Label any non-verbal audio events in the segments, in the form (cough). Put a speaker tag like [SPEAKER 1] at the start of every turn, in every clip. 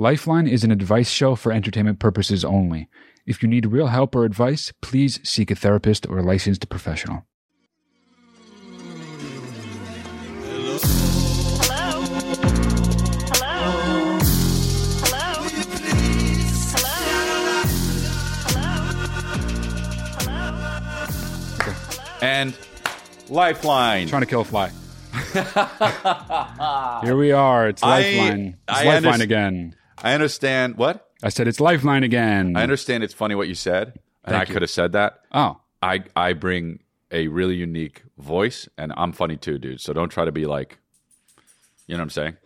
[SPEAKER 1] Lifeline is an advice show for entertainment purposes only. If you need real help or advice, please seek a therapist or a licensed professional.
[SPEAKER 2] Hello? Hello? Hello? Hello?
[SPEAKER 3] and Lifeline.
[SPEAKER 1] Trying to kill
[SPEAKER 3] (laughs)
[SPEAKER 1] a fly. Here we are. It's
[SPEAKER 3] I-
[SPEAKER 1] Lifeline. It's
[SPEAKER 3] I
[SPEAKER 1] Lifeline
[SPEAKER 3] underst-
[SPEAKER 1] again.
[SPEAKER 3] I understand. What?
[SPEAKER 1] I said it's Lifeline again.
[SPEAKER 3] I understand it's funny what you said, and I
[SPEAKER 1] Thank you.
[SPEAKER 3] could have said that.
[SPEAKER 1] Oh,
[SPEAKER 3] I, I bring a really unique voice, and I'm funny too, dude. So don't try to be like, you know what I'm saying?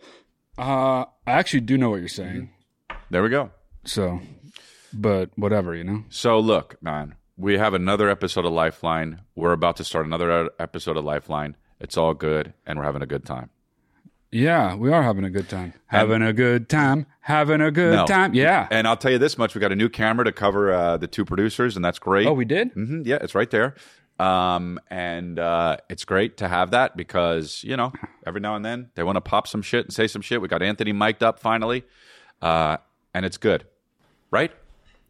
[SPEAKER 1] uh, I actually do know what you're saying.
[SPEAKER 3] Mm-hmm. There we go.
[SPEAKER 1] So, but whatever, you know?
[SPEAKER 3] So look, man, we have another episode of Lifeline. We're about to start another episode of Lifeline. It's all good, and we're having a good time.
[SPEAKER 1] Yeah, we are having a good time. Having a good time. Having a good
[SPEAKER 3] No.
[SPEAKER 1] time. Yeah.
[SPEAKER 3] And I'll tell you this much: we got a new camera to cover uh, the two producers, and that's great.
[SPEAKER 1] Oh, we did?
[SPEAKER 3] hmm yeah, it's right there. Um, and uh, it's great to have that because you know every now and then they want to pop some shit and say some shit. We got Anthony mic'd up finally, uh, and it's good, right?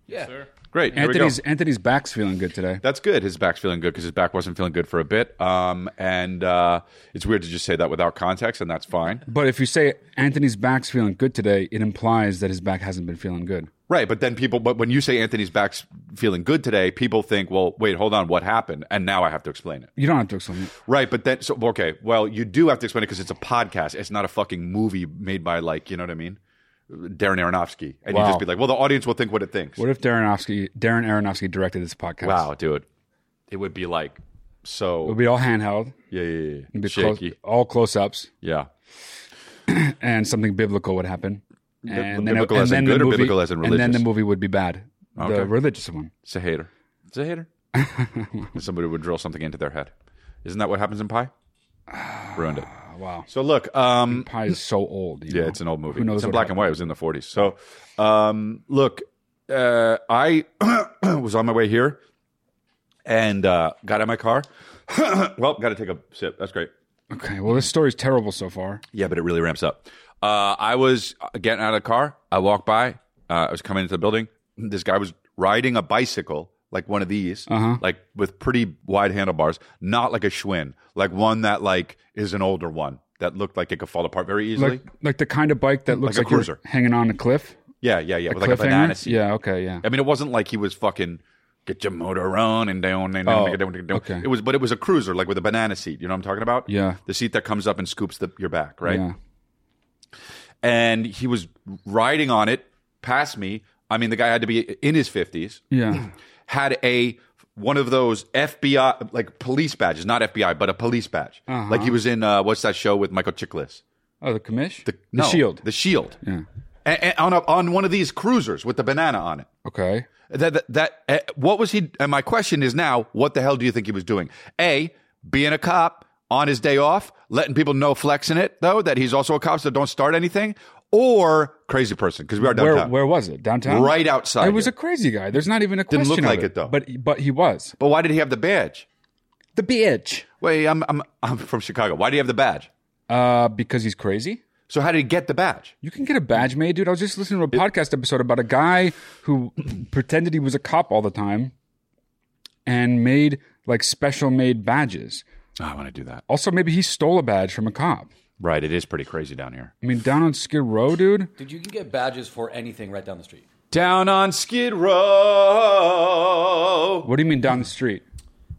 [SPEAKER 4] Yeah.
[SPEAKER 3] Great. Here we go.
[SPEAKER 1] Anthony's Anthony's back's feeling good today.
[SPEAKER 3] That's good. His back's feeling good because his back wasn't feeling good for a bit. Um, and uh, it's weird to just say that without context, and that's fine.
[SPEAKER 1] But if you say Anthony's back's feeling good today, it implies that his back hasn't been feeling good.
[SPEAKER 3] Right. But then people, but when you say Anthony's back's feeling good today, people think, well, wait, hold on, what happened? And now I have to explain it.
[SPEAKER 1] You don't have to explain it.
[SPEAKER 3] Right. But then, so, okay, well, you do have to explain it because it's a podcast. It's not a fucking movie made by, like, you know what I mean? Darren Aronofsky. And you
[SPEAKER 1] Wow.
[SPEAKER 3] just be like, well, the audience will think what it thinks.
[SPEAKER 1] What if Darren Aronofsky, Darren Aronofsky directed this podcast?
[SPEAKER 3] wow, dude. It would be like,
[SPEAKER 1] It
[SPEAKER 3] so,
[SPEAKER 1] would be all handheld,
[SPEAKER 3] yeah, yeah, yeah.
[SPEAKER 1] it'd be close,
[SPEAKER 3] shaky.
[SPEAKER 1] all close ups,
[SPEAKER 3] yeah.
[SPEAKER 1] and something biblical would happen. And then,
[SPEAKER 3] biblical
[SPEAKER 1] and
[SPEAKER 3] as in
[SPEAKER 1] then
[SPEAKER 3] good
[SPEAKER 1] the
[SPEAKER 3] or
[SPEAKER 1] movie,
[SPEAKER 3] biblical as in
[SPEAKER 1] And then the
[SPEAKER 3] religious?
[SPEAKER 1] movie would be bad.
[SPEAKER 3] Okay.
[SPEAKER 1] The religious one.
[SPEAKER 3] It's a hater. It's a
[SPEAKER 1] (laughs)
[SPEAKER 3] hater. Somebody would drill something into their head. Isn't that what happens in Pie? Ruined it.
[SPEAKER 1] Ah, wow.
[SPEAKER 3] So look, um,
[SPEAKER 1] Pie is so old. you
[SPEAKER 3] yeah,
[SPEAKER 1] know?
[SPEAKER 3] it's an old movie.
[SPEAKER 1] Who knows
[SPEAKER 3] it's in
[SPEAKER 1] what
[SPEAKER 3] black and white. It was in the 40s. So um, look, uh, I (clears throat) was on my way here and uh, got out of my car. (clears throat) well, got to take a sip. That's great.
[SPEAKER 1] Okay, well, this story's terrible so far.
[SPEAKER 3] Yeah, but it really ramps up. Uh, I was getting out of the car. I walked by. Uh, I was coming into the building. This guy was riding a bicycle, like one of these,
[SPEAKER 1] Uh-huh.
[SPEAKER 3] like with pretty wide handlebars, not like a Schwinn, like one that like is an older one that looked like it could fall apart very easily.
[SPEAKER 1] Like, like the kind of bike that looks
[SPEAKER 3] a
[SPEAKER 1] like, you're
[SPEAKER 3] cruiser.
[SPEAKER 1] hanging on a cliff.
[SPEAKER 3] yeah, yeah, yeah,
[SPEAKER 1] A
[SPEAKER 3] with like a
[SPEAKER 1] cliffhanger?
[SPEAKER 3] banana seat.
[SPEAKER 1] Yeah, okay, yeah.
[SPEAKER 3] I mean, it wasn't like he was fucking get your motor on and down and down.
[SPEAKER 1] Oh,
[SPEAKER 3] and down, and down.
[SPEAKER 1] okay.
[SPEAKER 3] It was, but it was a cruiser, like with a banana seat. You know what I'm talking about?
[SPEAKER 1] Yeah.
[SPEAKER 3] the seat that comes up and scoops the, your back, right?
[SPEAKER 1] Yeah.
[SPEAKER 3] and he was riding on it past me. I mean, the guy had to be in his 50s,
[SPEAKER 1] Yeah.
[SPEAKER 3] had a one of those FBI, like police badges, not FBI, but a police badge.
[SPEAKER 1] Uh-huh.
[SPEAKER 3] Like he was in, uh, what's that show with Michael Chiklis?
[SPEAKER 1] Oh, the commish? The,
[SPEAKER 3] No,
[SPEAKER 1] shield.
[SPEAKER 3] The Shield. Yeah. And, and on, a, on one of these cruisers with the banana on it.
[SPEAKER 1] okay.
[SPEAKER 3] That, that, that eh, what was he? And my question is now, what the hell do you think he was doing? A, being a cop on his day off, letting people know flexing it though that he's also a cop, so don't start anything, or crazy person because we are
[SPEAKER 1] Where
[SPEAKER 3] downtown.
[SPEAKER 1] where was it? Downtown?
[SPEAKER 3] Right outside
[SPEAKER 1] It was
[SPEAKER 3] here.
[SPEAKER 1] a crazy guy. There's not even a
[SPEAKER 3] Didn't
[SPEAKER 1] question
[SPEAKER 3] look
[SPEAKER 1] of
[SPEAKER 3] like it, though.
[SPEAKER 1] But but he was.
[SPEAKER 3] but why did he have the badge?
[SPEAKER 1] The bitch.
[SPEAKER 3] Wait, I'm I'm I'm from Chicago. Why do you have the badge?
[SPEAKER 1] Uh because he's crazy?
[SPEAKER 3] So how did he get the badge?
[SPEAKER 1] You can get a badge made, dude. I was just listening to a podcast episode about a guy who pretended he was a cop all the time and made like special made badges.
[SPEAKER 3] Oh, I want to do that.
[SPEAKER 1] Also, maybe he stole a badge from a cop.
[SPEAKER 3] Right, it is pretty crazy down here.
[SPEAKER 1] I mean, down on Skid Row, dude.
[SPEAKER 4] Dude, you can get badges for anything right down the street.
[SPEAKER 3] Down on Skid Row.
[SPEAKER 1] What do you mean down the street?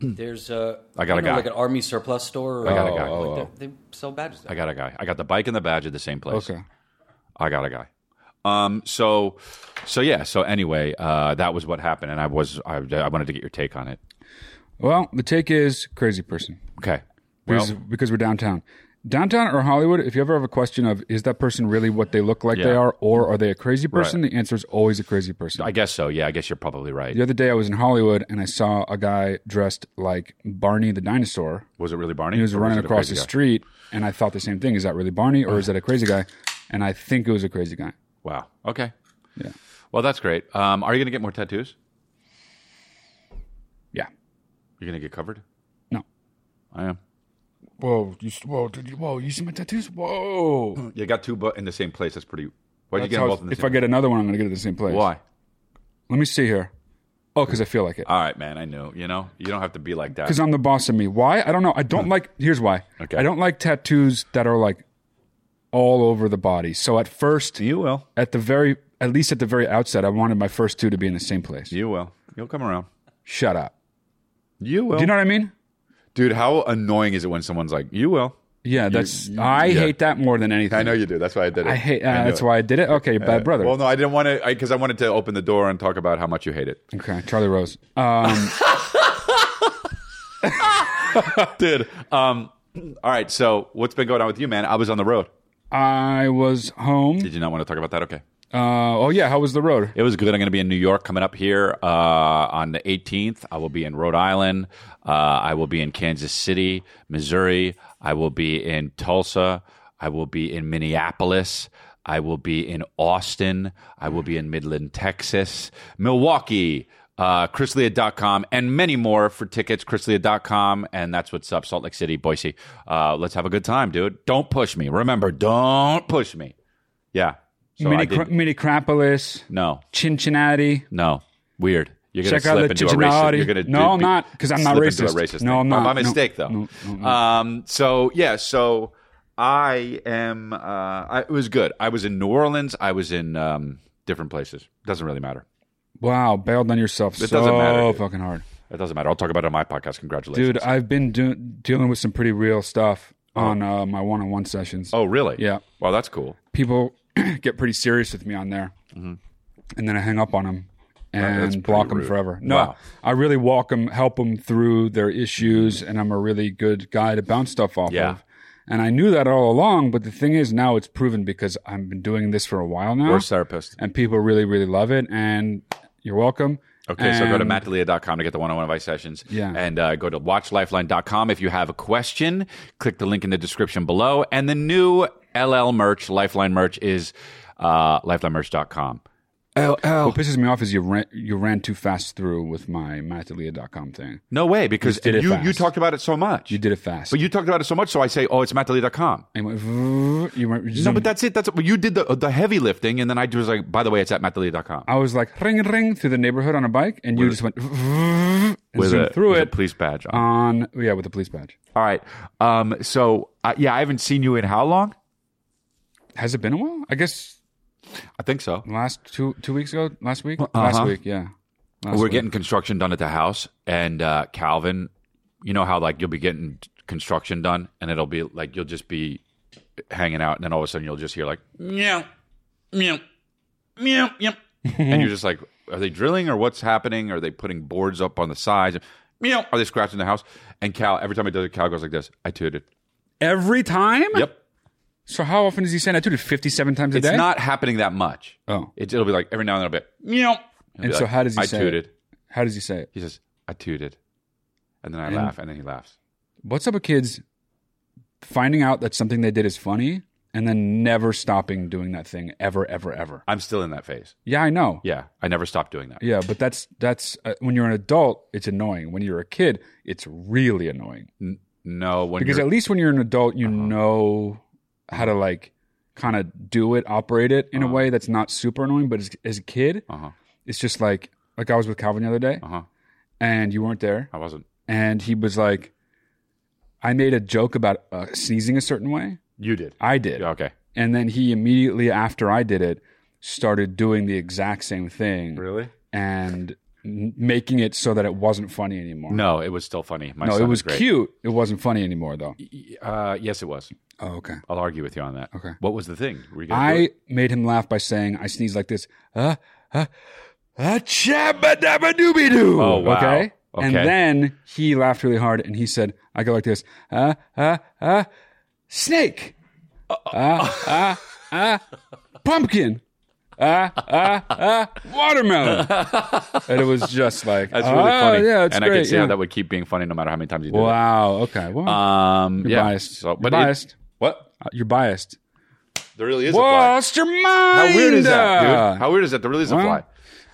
[SPEAKER 4] There's uh,
[SPEAKER 3] Hmm. I got a
[SPEAKER 4] you know,
[SPEAKER 3] guy.
[SPEAKER 4] like an army surplus store. Or, Oh,
[SPEAKER 3] I got a guy. Oh,
[SPEAKER 4] like, they, they sell badges. There.
[SPEAKER 3] I got a guy. I got the bike and the badge at the same place.
[SPEAKER 1] Okay.
[SPEAKER 3] I got a guy. Um, so, so yeah. So anyway, uh, that was what happened, and I was I, I wanted to get your take on it.
[SPEAKER 1] Well, the take is crazy person.
[SPEAKER 3] Okay. Well,
[SPEAKER 1] Because, because we're downtown. downtown or Hollywood, if you ever have a question of is that person really what they look like they
[SPEAKER 3] Yeah.
[SPEAKER 1] are, or are they a crazy person, the answer is always a crazy person.
[SPEAKER 3] I guess so. Yeah, I guess you're probably right.
[SPEAKER 1] the other day I was in Hollywood and I saw a guy dressed like Barney the dinosaur.
[SPEAKER 3] Was it really Barney?
[SPEAKER 1] He was
[SPEAKER 3] Or
[SPEAKER 1] running
[SPEAKER 3] it a
[SPEAKER 1] across
[SPEAKER 3] crazy
[SPEAKER 1] the
[SPEAKER 3] guy? Uh-huh.
[SPEAKER 1] street, and I thought the same thing: is that really Barney or is that a crazy guy? And I think it was a crazy guy.
[SPEAKER 3] Wow. Okay.
[SPEAKER 1] Yeah.
[SPEAKER 3] Well, that's great. Um, are you going to get more tattoos?
[SPEAKER 1] Yeah.
[SPEAKER 3] You're going to get covered?
[SPEAKER 1] No.
[SPEAKER 3] I am.
[SPEAKER 1] Whoa! You, whoa! Did you? Whoa! You see my tattoos? Whoa!
[SPEAKER 3] You got two but in the same place. That's pretty. Why'd you get them both in the
[SPEAKER 1] if
[SPEAKER 3] same
[SPEAKER 1] I get another one, I'm gonna get it the same place.
[SPEAKER 3] place? Why?
[SPEAKER 1] Let me see here. Oh, because I feel like it.
[SPEAKER 3] All right, man. I knew. You know, you don't have to be like that.
[SPEAKER 1] Because I'm the boss of me. Why? I don't know. I don't like. Here's why.
[SPEAKER 3] Okay.
[SPEAKER 1] I don't like tattoos that are like all over the body. So at first,
[SPEAKER 3] You will.
[SPEAKER 1] at the very, at least at the very outset, I wanted my first two to be in the same place.
[SPEAKER 3] You will. You'll come around.
[SPEAKER 1] Shut up.
[SPEAKER 3] You will.
[SPEAKER 1] Do you know what I mean?
[SPEAKER 3] Dude, how annoying is it when someone's like, you will?
[SPEAKER 1] Yeah. That's. I hate that more than anything.
[SPEAKER 3] I know you do. That's why I did it.
[SPEAKER 1] I hate. Uh,
[SPEAKER 3] I knew
[SPEAKER 1] that's
[SPEAKER 3] it.
[SPEAKER 1] why I did it. Okay, bad brother.
[SPEAKER 3] Well, no, I didn't want to, because I wanted to open the door and talk about how much you hate it.
[SPEAKER 1] okay, Charlie Rose. Um,
[SPEAKER 3] Dude, um, all right. So, what's been going on with you, man? I was on the road.
[SPEAKER 1] I was home.
[SPEAKER 3] Did you not want to talk about that? Okay.
[SPEAKER 1] Uh, oh yeah, how was the road?
[SPEAKER 3] It was good. I'm going to be in New York coming up here uh, on the 18th. I will be in Rhode Island. Uh, I will be in Kansas City, Missouri. I will be in Tulsa. I will be in Minneapolis. I will be in Austin. I will be in Midland, Texas, Milwaukee. Uh, chrislea.com and many more for tickets chrislea.com and that's what's up salt lake city boise uh, let's have a good time dude don't push me remember don't push me yeah so I
[SPEAKER 1] Mini,
[SPEAKER 3] did-
[SPEAKER 1] Minneapolis,
[SPEAKER 3] no
[SPEAKER 1] Cincinnati.
[SPEAKER 3] No, weird. You're gonna
[SPEAKER 1] Check out
[SPEAKER 3] slip
[SPEAKER 1] the
[SPEAKER 3] into a
[SPEAKER 1] Cincinnati.
[SPEAKER 3] racist. You're gonna
[SPEAKER 1] No,
[SPEAKER 3] do-
[SPEAKER 1] I'm
[SPEAKER 3] be-
[SPEAKER 1] not, 'cause I'm not
[SPEAKER 3] slip into a
[SPEAKER 1] racist.
[SPEAKER 3] racist
[SPEAKER 1] No,
[SPEAKER 3] thing.
[SPEAKER 1] I'm not.
[SPEAKER 3] By
[SPEAKER 1] No,
[SPEAKER 3] mistake, though.
[SPEAKER 1] no, no, no.
[SPEAKER 3] Um, so yeah, so I am. Uh, I, it was good. I was in New Orleans. I was in um, different places. Doesn't really matter.
[SPEAKER 1] Wow, bailed on yourself so
[SPEAKER 3] doesn't matter, dude.
[SPEAKER 1] fucking hard,
[SPEAKER 3] It doesn't matter. I'll talk about it on my podcast. Congratulations,
[SPEAKER 1] dude. I've been do- dealing with some pretty real stuff on uh, my one-on-one sessions.
[SPEAKER 3] oh, really?
[SPEAKER 1] Yeah.
[SPEAKER 3] Well, that's cool.
[SPEAKER 1] People (clears throat) get pretty serious with me on there, and then I hang up on them
[SPEAKER 3] Mm-hmm. that's
[SPEAKER 1] and
[SPEAKER 3] pretty
[SPEAKER 1] block them
[SPEAKER 3] rude.
[SPEAKER 1] forever. No,
[SPEAKER 3] Wow.
[SPEAKER 1] I really walk them, help them through their issues, and I'm a really good guy to bounce stuff off
[SPEAKER 3] Yeah.
[SPEAKER 1] of. And I knew that all along, but the thing is, now it's proven because I've been doing this for a while now.
[SPEAKER 3] Worst therapist.
[SPEAKER 1] and people really really love it and you're welcome
[SPEAKER 3] Okay, so go to
[SPEAKER 1] And-
[SPEAKER 3] mattdelia.com to get the one on one advice sessions.
[SPEAKER 1] Yeah.
[SPEAKER 3] And uh, go to watchlifeline.com if you have a question. Click the link in the description below. And the new LL merch, Lifeline merch, is uh, lifelinemerch.com. Oh.
[SPEAKER 1] what pisses me off is you ran you ran too fast through with my mattalia.com thing
[SPEAKER 3] No way, because
[SPEAKER 1] did
[SPEAKER 3] you,
[SPEAKER 1] it
[SPEAKER 3] you,
[SPEAKER 1] fast.
[SPEAKER 3] talked about it so much.
[SPEAKER 1] you did it fast
[SPEAKER 3] But you talked about it so much, so I say, oh, it's mattdelia.com.
[SPEAKER 1] And went, "Vroom," you went
[SPEAKER 3] No,
[SPEAKER 1] zoom.
[SPEAKER 3] but that's it. That's it. But You did the, the heavy lifting, and then I was like, by the way, it's at mattdelia.com.
[SPEAKER 1] I was like ring ring through the neighborhood on a bike and you just went "Vroom," and zoomed through
[SPEAKER 3] with
[SPEAKER 1] it Um,
[SPEAKER 3] a police badge on.
[SPEAKER 1] on yeah with the police badge
[SPEAKER 3] All right. Um, so, uh, yeah, I haven't seen you in how long?
[SPEAKER 1] has it been a while I guess
[SPEAKER 3] I think so.
[SPEAKER 1] last two two weeks ago last week
[SPEAKER 3] Uh-huh.
[SPEAKER 1] last week yeah Last
[SPEAKER 3] We're
[SPEAKER 1] week.
[SPEAKER 3] getting construction done at the house, and uh, Calvin, you know how like you'll be getting construction done, and it'll be like you'll just be hanging out, and then all of a sudden you'll just hear like meow, meow, meow,
[SPEAKER 1] (laughs)
[SPEAKER 3] meow, and you're just like, are they drilling or what's happening? Are they putting boards up on the sides? Meow. Are they scratching the house? And Cal, every time he does it, Cal goes like this. I tooted.
[SPEAKER 1] every time
[SPEAKER 3] Yep.
[SPEAKER 1] so how often is he saying I do it 57 times a
[SPEAKER 3] It's
[SPEAKER 1] day
[SPEAKER 3] not happening that much.
[SPEAKER 1] Oh.
[SPEAKER 3] It, it'll be like every now and then it'll be meow. He'll
[SPEAKER 1] And
[SPEAKER 3] be
[SPEAKER 1] so
[SPEAKER 3] like,
[SPEAKER 1] how does he
[SPEAKER 3] I
[SPEAKER 1] say it?
[SPEAKER 3] tooted?
[SPEAKER 1] how does he say it
[SPEAKER 3] He says, I tooted. And then I laugh, and then he laughs.
[SPEAKER 1] What's up with kids finding out that something they did is funny and then never stopping doing that thing ever, ever, ever?
[SPEAKER 3] I'm still in that phase.
[SPEAKER 1] Yeah, I know.
[SPEAKER 3] Yeah, I never stopped doing that.
[SPEAKER 1] Yeah, but that's that's uh, when you're an adult, it's annoying. When you're a kid, it's really annoying
[SPEAKER 3] No, when
[SPEAKER 1] because
[SPEAKER 3] you're, Uh-huh.
[SPEAKER 1] at least when you're an adult, you know how to like kind of do it, operate it in a way that's not super annoying. But as, as a kid,
[SPEAKER 3] Uh-huh.
[SPEAKER 1] it's just like like I was with Calvin the other day,
[SPEAKER 3] Uh-huh.
[SPEAKER 1] and you weren't there.
[SPEAKER 3] I wasn't.
[SPEAKER 1] and he was like, I made a joke about uh, sneezing a certain way.
[SPEAKER 3] You did.
[SPEAKER 1] I did.
[SPEAKER 3] Yeah, okay.
[SPEAKER 1] And then he immediately after I did it started doing the exact same thing.
[SPEAKER 3] Really?
[SPEAKER 1] And n- making it so that it wasn't funny anymore.
[SPEAKER 3] No, it was still funny. My
[SPEAKER 1] No,
[SPEAKER 3] son
[SPEAKER 1] it
[SPEAKER 3] is
[SPEAKER 1] was
[SPEAKER 3] great.
[SPEAKER 1] cute. It wasn't funny anymore though.
[SPEAKER 3] Uh, yes, it was.
[SPEAKER 1] Oh, okay.
[SPEAKER 3] I'll argue with you on that.
[SPEAKER 1] Okay.
[SPEAKER 3] What was the thing? Were you gonna do
[SPEAKER 1] I
[SPEAKER 3] it?
[SPEAKER 1] made him laugh by saying I sneeze like this. Uh, uh, uh, dabba dooby doo.
[SPEAKER 3] Oh, wow.
[SPEAKER 1] Okay? And
[SPEAKER 3] Okay.
[SPEAKER 1] then he laughed really hard and he said, I go like this. Uh, uh, uh, snake. Ah, ah, ah, pumpkin. Ah, ah, ah, watermelon. and it was just like
[SPEAKER 3] That's really
[SPEAKER 1] "Ah,
[SPEAKER 3] funny.
[SPEAKER 1] Yeah, it's
[SPEAKER 3] and
[SPEAKER 1] great.
[SPEAKER 3] I could see
[SPEAKER 1] yeah.
[SPEAKER 3] how that would keep being funny no matter how many times you do
[SPEAKER 1] Wow. Okay. Well,
[SPEAKER 3] it. Um,
[SPEAKER 1] you're
[SPEAKER 3] yeah.
[SPEAKER 1] biased.
[SPEAKER 3] So,
[SPEAKER 1] You're
[SPEAKER 3] but it-
[SPEAKER 1] biased. Uh,
[SPEAKER 3] what?
[SPEAKER 1] You're biased.
[SPEAKER 3] There really is a fly.
[SPEAKER 1] Lost your mind.
[SPEAKER 3] How weird is that,
[SPEAKER 1] uh,
[SPEAKER 3] dude? How weird is that? There really is a
[SPEAKER 1] well,
[SPEAKER 3] fly.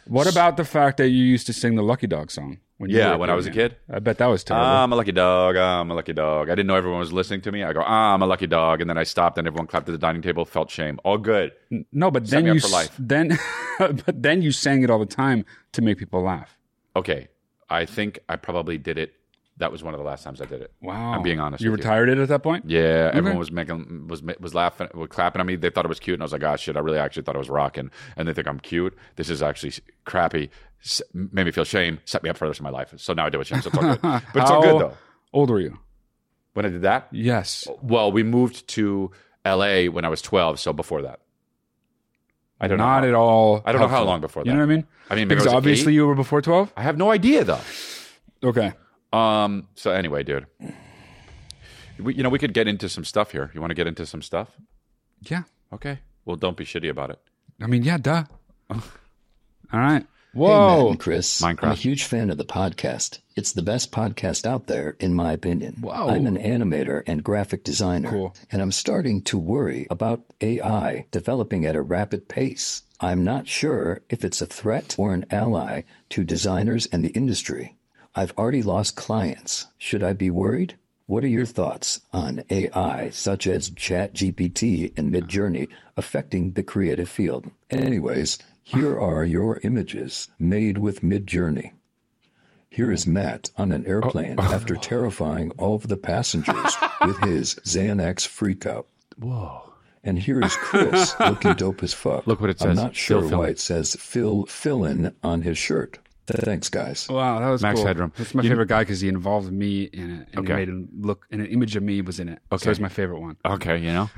[SPEAKER 1] What about the fact that you used to sing the Lucky Dog song? When
[SPEAKER 3] Yeah,
[SPEAKER 1] were
[SPEAKER 3] when I was a
[SPEAKER 1] young?
[SPEAKER 3] kid. Um,
[SPEAKER 1] I bet that was terrible.
[SPEAKER 3] I'm a lucky dog. I'm a lucky dog. I didn't know everyone was listening to me. I go, I'm a lucky dog, and then I stopped, and everyone clapped at the dining table. Felt shame. All good.
[SPEAKER 1] no, but then
[SPEAKER 3] me
[SPEAKER 1] you
[SPEAKER 3] up for
[SPEAKER 1] s-
[SPEAKER 3] life.
[SPEAKER 1] then (laughs) but then you sang it all the time to make people laugh.
[SPEAKER 3] Okay, I think I probably did it. That was one of the last times I did it.
[SPEAKER 1] Wow.
[SPEAKER 3] I'm being honest.
[SPEAKER 1] You
[SPEAKER 3] with
[SPEAKER 1] retired it at that point?
[SPEAKER 3] You. Yeah, everyone was making was ma- was laughing, was clapping at me. They thought it was cute, and I was like, "Ah, shit! I really actually thought I was rocking." And they think I'm cute. This is actually s- crappy. S- made me feel shame. Set me up for the rest of my life. So now I do it. Shame. So it's all
[SPEAKER 1] (laughs)
[SPEAKER 3] good. But it's all
[SPEAKER 1] How
[SPEAKER 3] good though.
[SPEAKER 1] Old were you?
[SPEAKER 3] When I did that,
[SPEAKER 1] Yes.
[SPEAKER 3] Well, we moved to LA when I was 12, so before that. I don't know
[SPEAKER 1] Not
[SPEAKER 3] how-
[SPEAKER 1] at all.
[SPEAKER 3] I don't know how
[SPEAKER 1] helpful.
[SPEAKER 3] long before
[SPEAKER 1] You
[SPEAKER 3] that.
[SPEAKER 1] know what I mean?
[SPEAKER 3] I mean, maybe I
[SPEAKER 1] because
[SPEAKER 3] was
[SPEAKER 1] obviously
[SPEAKER 3] eight?
[SPEAKER 1] you were before 12?
[SPEAKER 3] I have no idea though.
[SPEAKER 1] Okay.
[SPEAKER 3] Um so anyway, dude. We, you know, we could get into some stuff here. You want to get into some stuff?
[SPEAKER 1] Yeah.
[SPEAKER 3] Okay. Well, don't be shitty about it.
[SPEAKER 1] I mean,
[SPEAKER 3] (laughs)
[SPEAKER 1] yeah, duh. all right.
[SPEAKER 5] Hey, Matt
[SPEAKER 1] Whoa.
[SPEAKER 5] and Chris. I'm
[SPEAKER 3] Minecraft.
[SPEAKER 5] a huge fan of the podcast. It's the best podcast out there, in my opinion.
[SPEAKER 1] Wow.
[SPEAKER 5] I'm an animator and graphic designer,
[SPEAKER 1] Cool.
[SPEAKER 5] and I'm starting to worry about AI developing at a rapid pace. I'm not sure if it's a threat or an ally to designers and the industry. I've already lost clients. Should I be worried? What are your thoughts on AI, such as ChatGPT and MidJourney, affecting the creative field? Anyways, here are your images made with MidJourney. Here is Matt on
[SPEAKER 3] Oh.
[SPEAKER 5] an
[SPEAKER 3] (laughs)
[SPEAKER 5] airplane after terrifying all of the passengers with his Xanax freakout.
[SPEAKER 3] Whoa.
[SPEAKER 5] And here is
[SPEAKER 3] (laughs)
[SPEAKER 5] Chris looking dope as fuck.
[SPEAKER 3] Look what it
[SPEAKER 5] I'm
[SPEAKER 3] says.
[SPEAKER 5] not sure
[SPEAKER 3] Phil Fillin.
[SPEAKER 5] why it says Phil Fillin on his shirt. Thanks, guys.
[SPEAKER 1] Wow, that was
[SPEAKER 3] Max
[SPEAKER 1] cool.
[SPEAKER 3] Headroom.
[SPEAKER 1] That's my
[SPEAKER 3] You-
[SPEAKER 1] favorite guy because he involved me in it, and
[SPEAKER 3] Okay.
[SPEAKER 1] it made him look, and an image of me was in it. Okay, so it's my favorite one.
[SPEAKER 3] Okay, you know.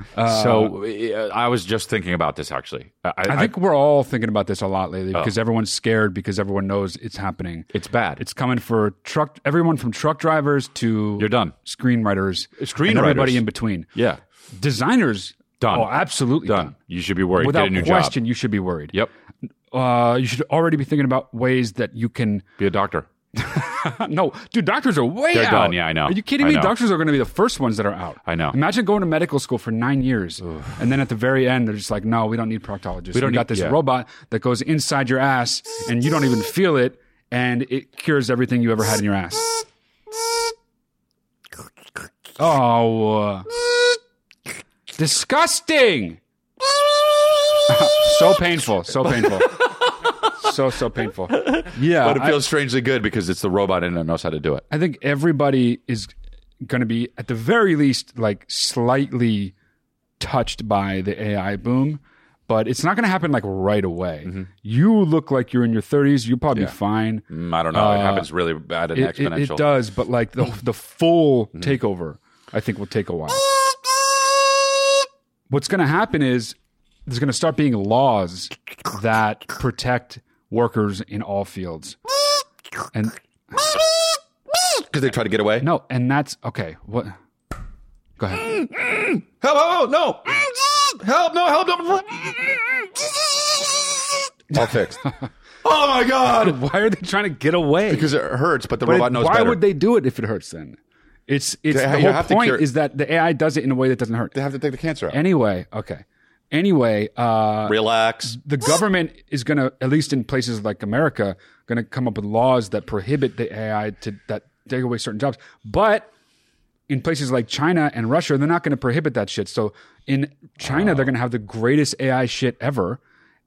[SPEAKER 3] so uh, I was just thinking about this actually. I,
[SPEAKER 1] I
[SPEAKER 3] I
[SPEAKER 1] think we're all thinking about this a lot lately
[SPEAKER 3] Oh.
[SPEAKER 1] because everyone's scared because everyone knows it's happening.
[SPEAKER 3] it's bad.
[SPEAKER 1] It's coming for truck everyone from truck drivers to
[SPEAKER 3] You're done.
[SPEAKER 1] screenwriters,
[SPEAKER 3] Screenwriters.
[SPEAKER 1] and everybody in between.
[SPEAKER 3] yeah.
[SPEAKER 1] Designers
[SPEAKER 3] Done.
[SPEAKER 1] Oh, absolutely done.
[SPEAKER 3] Done. You should be worried.
[SPEAKER 1] Without
[SPEAKER 3] Get a new
[SPEAKER 1] question,
[SPEAKER 3] job.
[SPEAKER 1] you should be worried.
[SPEAKER 3] Yep.
[SPEAKER 1] Uh, you should already be thinking about ways that you can.
[SPEAKER 3] Be a doctor.
[SPEAKER 1] (laughs) No, dude, doctors are way
[SPEAKER 3] They're
[SPEAKER 1] out.
[SPEAKER 3] done. Yeah, I know.
[SPEAKER 1] Are you kidding
[SPEAKER 3] I
[SPEAKER 1] me?
[SPEAKER 3] know.
[SPEAKER 1] Doctors are going to be the first ones that are out.
[SPEAKER 3] I know.
[SPEAKER 1] Imagine going to medical school for nine years, and then at the very end, they're just like, "No, we don't need proctologists. We
[SPEAKER 3] don't
[SPEAKER 1] got
[SPEAKER 3] need-
[SPEAKER 1] this
[SPEAKER 3] yeah.
[SPEAKER 1] robot that goes inside your ass, and you don't even feel it, and it cures everything you ever had in your ass." Oh, uh, disgusting! (laughs) so painful. So painful. so so painful. Yeah,
[SPEAKER 3] But it
[SPEAKER 1] I-
[SPEAKER 3] feels strangely good because it's the robot and it knows how to do it.
[SPEAKER 1] I think everybody is going to be at the very least like slightly touched by the AI boom, but it's not going to happen like right away.
[SPEAKER 3] Mm-hmm.
[SPEAKER 1] You look like you're in your 30s, you're probably fine.
[SPEAKER 3] Mm, I don't know. it happens really at an
[SPEAKER 1] It, it-
[SPEAKER 3] exponential. Mm-hmm. (gasps)
[SPEAKER 1] it does, but like the the full takeover, I think will take a while. What's going to happen is there's going to start being laws that protect workers in all fields. And
[SPEAKER 3] because they try to get away.
[SPEAKER 1] no, and that's okay. What Go ahead.
[SPEAKER 3] Help, help, help, no. Help, no, help, no. (laughs) All fixed. (laughs) oh my God.
[SPEAKER 1] (laughs) Why are they trying to get away?
[SPEAKER 3] Because it hurts, but the
[SPEAKER 1] But
[SPEAKER 3] robot knows
[SPEAKER 1] why
[SPEAKER 3] better.
[SPEAKER 1] would they do it if it hurts? Then it's it's
[SPEAKER 3] They-
[SPEAKER 1] the
[SPEAKER 3] you
[SPEAKER 1] whole
[SPEAKER 3] have to
[SPEAKER 1] point
[SPEAKER 3] cure-
[SPEAKER 1] is that the AI does it in a way that doesn't hurt.
[SPEAKER 3] They have to take the cancer out.
[SPEAKER 1] Anyway, okay. Anyway, uh,
[SPEAKER 3] Relax.
[SPEAKER 1] the government is going to, at least in places like America, going to come up with laws that prohibit the AI to that take away certain jobs. But in places like China and Russia, they're not going to prohibit that shit. So in China, they're going to have the greatest AI shit ever.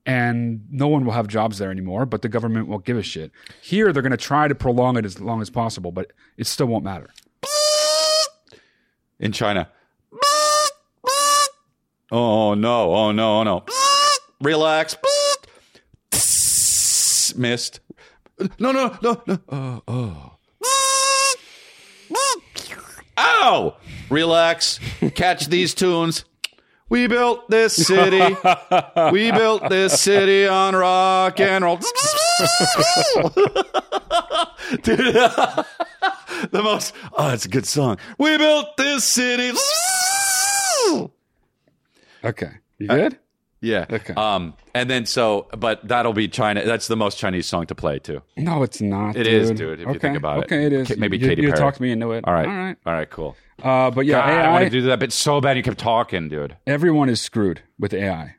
[SPEAKER 1] And no one will have jobs there anymore, but the government won't give a shit. Here, they're going to try to prolong it as long as possible, but it still won't matter.
[SPEAKER 3] In China. Oh no, oh no, oh no. Relax. Missed. No, no, no, no. Oh, oh. Ow! Relax. Catch these tunes. We built this city. We built this city on rock and roll. (laughs) Dude, the most. Oh, it's a good song. We built this city
[SPEAKER 1] Okay. You
[SPEAKER 3] Uh,
[SPEAKER 1] good?
[SPEAKER 3] Yeah.
[SPEAKER 1] Okay.
[SPEAKER 3] Um, and then so, but that'll be China. That's the most Chinese song to play too.
[SPEAKER 1] No, it's not.
[SPEAKER 3] It
[SPEAKER 1] dude.
[SPEAKER 3] is, dude. If you think about it,
[SPEAKER 1] okay, Okay, it is.
[SPEAKER 3] Ki- Maybe
[SPEAKER 1] you,
[SPEAKER 3] Katy
[SPEAKER 1] you
[SPEAKER 3] Perry.
[SPEAKER 1] talked me into it.
[SPEAKER 3] All right.
[SPEAKER 1] All right.
[SPEAKER 3] All right. Cool.
[SPEAKER 1] Uh, but yeah,
[SPEAKER 3] God, I
[SPEAKER 1] AI.
[SPEAKER 3] want to do that, but so bad you kept talking, dude.
[SPEAKER 1] everyone is screwed with AI.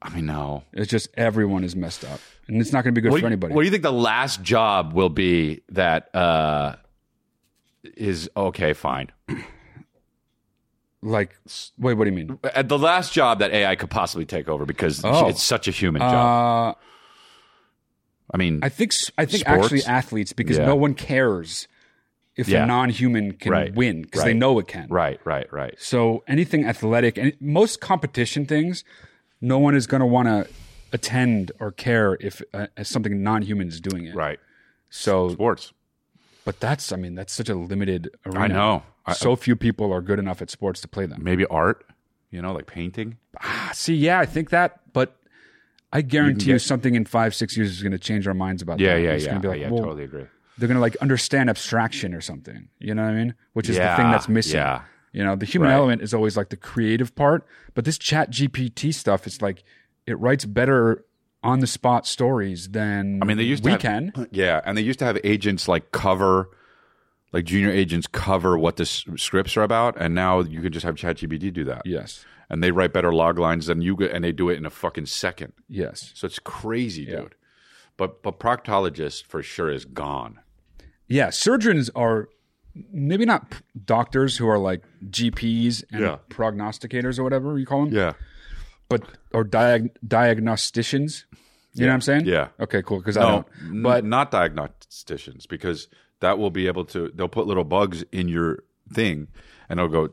[SPEAKER 3] I mean, no.
[SPEAKER 1] It's just everyone is messed up, and it's not going to be good
[SPEAKER 3] What do,
[SPEAKER 1] for
[SPEAKER 3] you,
[SPEAKER 1] anybody.
[SPEAKER 3] what do you think the last job will be that uh, is okay? Fine.
[SPEAKER 1] like, wait, what do you mean?
[SPEAKER 3] Uh, The last job that AI could possibly take over because
[SPEAKER 1] Oh.
[SPEAKER 3] it's such a human job.
[SPEAKER 1] Uh,
[SPEAKER 3] I mean,
[SPEAKER 1] I think s- I think
[SPEAKER 3] Sports?
[SPEAKER 1] actually athletes because
[SPEAKER 3] Yeah.
[SPEAKER 1] no one cares if
[SPEAKER 3] Yeah.
[SPEAKER 1] a non-human can
[SPEAKER 3] Right.
[SPEAKER 1] win because they
[SPEAKER 3] Right.
[SPEAKER 1] know it can.
[SPEAKER 3] right, right, right.
[SPEAKER 1] So anything athletic and most competition things, no one is going to want to attend or care if uh, if something non-human is doing it.
[SPEAKER 3] Right.
[SPEAKER 1] So,
[SPEAKER 3] Sports.
[SPEAKER 1] but that's I mean that's such a limited arena.
[SPEAKER 3] I know. I-
[SPEAKER 1] so few people are good enough at sports to play them.
[SPEAKER 3] Maybe art, you know, like painting.
[SPEAKER 1] Ah, See, yeah, I think that, but I guarantee you, something in five, six years is going to change our minds about
[SPEAKER 3] Yeah,
[SPEAKER 1] that.
[SPEAKER 3] yeah,
[SPEAKER 1] It's
[SPEAKER 3] yeah.
[SPEAKER 1] Uh, gonna be like,
[SPEAKER 3] yeah,
[SPEAKER 1] well,
[SPEAKER 3] totally agree.
[SPEAKER 1] they're going to like understand abstraction or something. You know what I mean? Which is
[SPEAKER 3] Yeah,
[SPEAKER 1] the thing that's missing.
[SPEAKER 3] yeah.
[SPEAKER 1] You know, the human
[SPEAKER 3] Right.
[SPEAKER 1] element is always like the creative part, but this chat GPT stuff, it's like it writes better on the spot stories than
[SPEAKER 3] I mean, they used to
[SPEAKER 1] we
[SPEAKER 3] have,
[SPEAKER 1] can.
[SPEAKER 3] Yeah, and they used to have agents like cover, like junior agents cover what the s- scripts are about, and now you can just have ChatGPT do that.
[SPEAKER 1] Yes.
[SPEAKER 3] and they write better log lines than you, could- and they do it in a fucking second.
[SPEAKER 1] Yes.
[SPEAKER 3] So it's crazy, dude. But but proctologist for sure is gone.
[SPEAKER 1] Yeah. Surgeons are maybe not p- doctors who are like GPs and
[SPEAKER 3] Yeah.
[SPEAKER 1] prognosticators or whatever you call them.
[SPEAKER 3] Yeah,
[SPEAKER 1] but or diag- diagnosticians. You know what I'm saying?
[SPEAKER 3] Yeah.
[SPEAKER 1] Okay, cool. Because I
[SPEAKER 3] no,
[SPEAKER 1] don't.
[SPEAKER 3] but not diagnosticians because that will be able to. They'll put little bugs in your thing, and they'll go,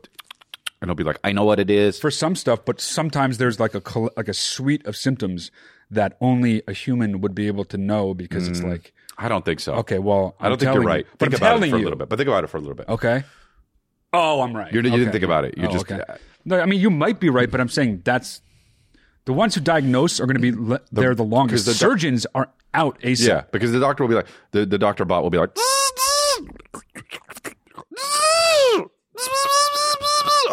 [SPEAKER 3] and they'll be like, I know what it is.
[SPEAKER 1] For some stuff, but sometimes there's like a col- like a suite of symptoms that only a human would be able to know because it's
[SPEAKER 3] Mm.
[SPEAKER 1] like
[SPEAKER 3] I don't think so.
[SPEAKER 1] okay, well,
[SPEAKER 3] I
[SPEAKER 1] I'm
[SPEAKER 3] don't think you're
[SPEAKER 1] telling
[SPEAKER 3] right.
[SPEAKER 1] you- but
[SPEAKER 3] Think
[SPEAKER 1] I'm
[SPEAKER 3] about it
[SPEAKER 1] telling
[SPEAKER 3] for
[SPEAKER 1] you.
[SPEAKER 3] a little bit. But think about it for a little bit.
[SPEAKER 1] Okay. Oh, I'm right.
[SPEAKER 3] You're- you didn't
[SPEAKER 1] Okay.
[SPEAKER 3] think about it. You
[SPEAKER 1] Oh,
[SPEAKER 3] just-
[SPEAKER 1] okay. No, I mean you might be right, but I'm saying that's the ones who diagnose are going to be le- they're the longest.
[SPEAKER 3] the doc-
[SPEAKER 1] Surgeons are out ASAP.
[SPEAKER 3] Yeah, because the doctor will be like the, the doctor bot will be like (laughs)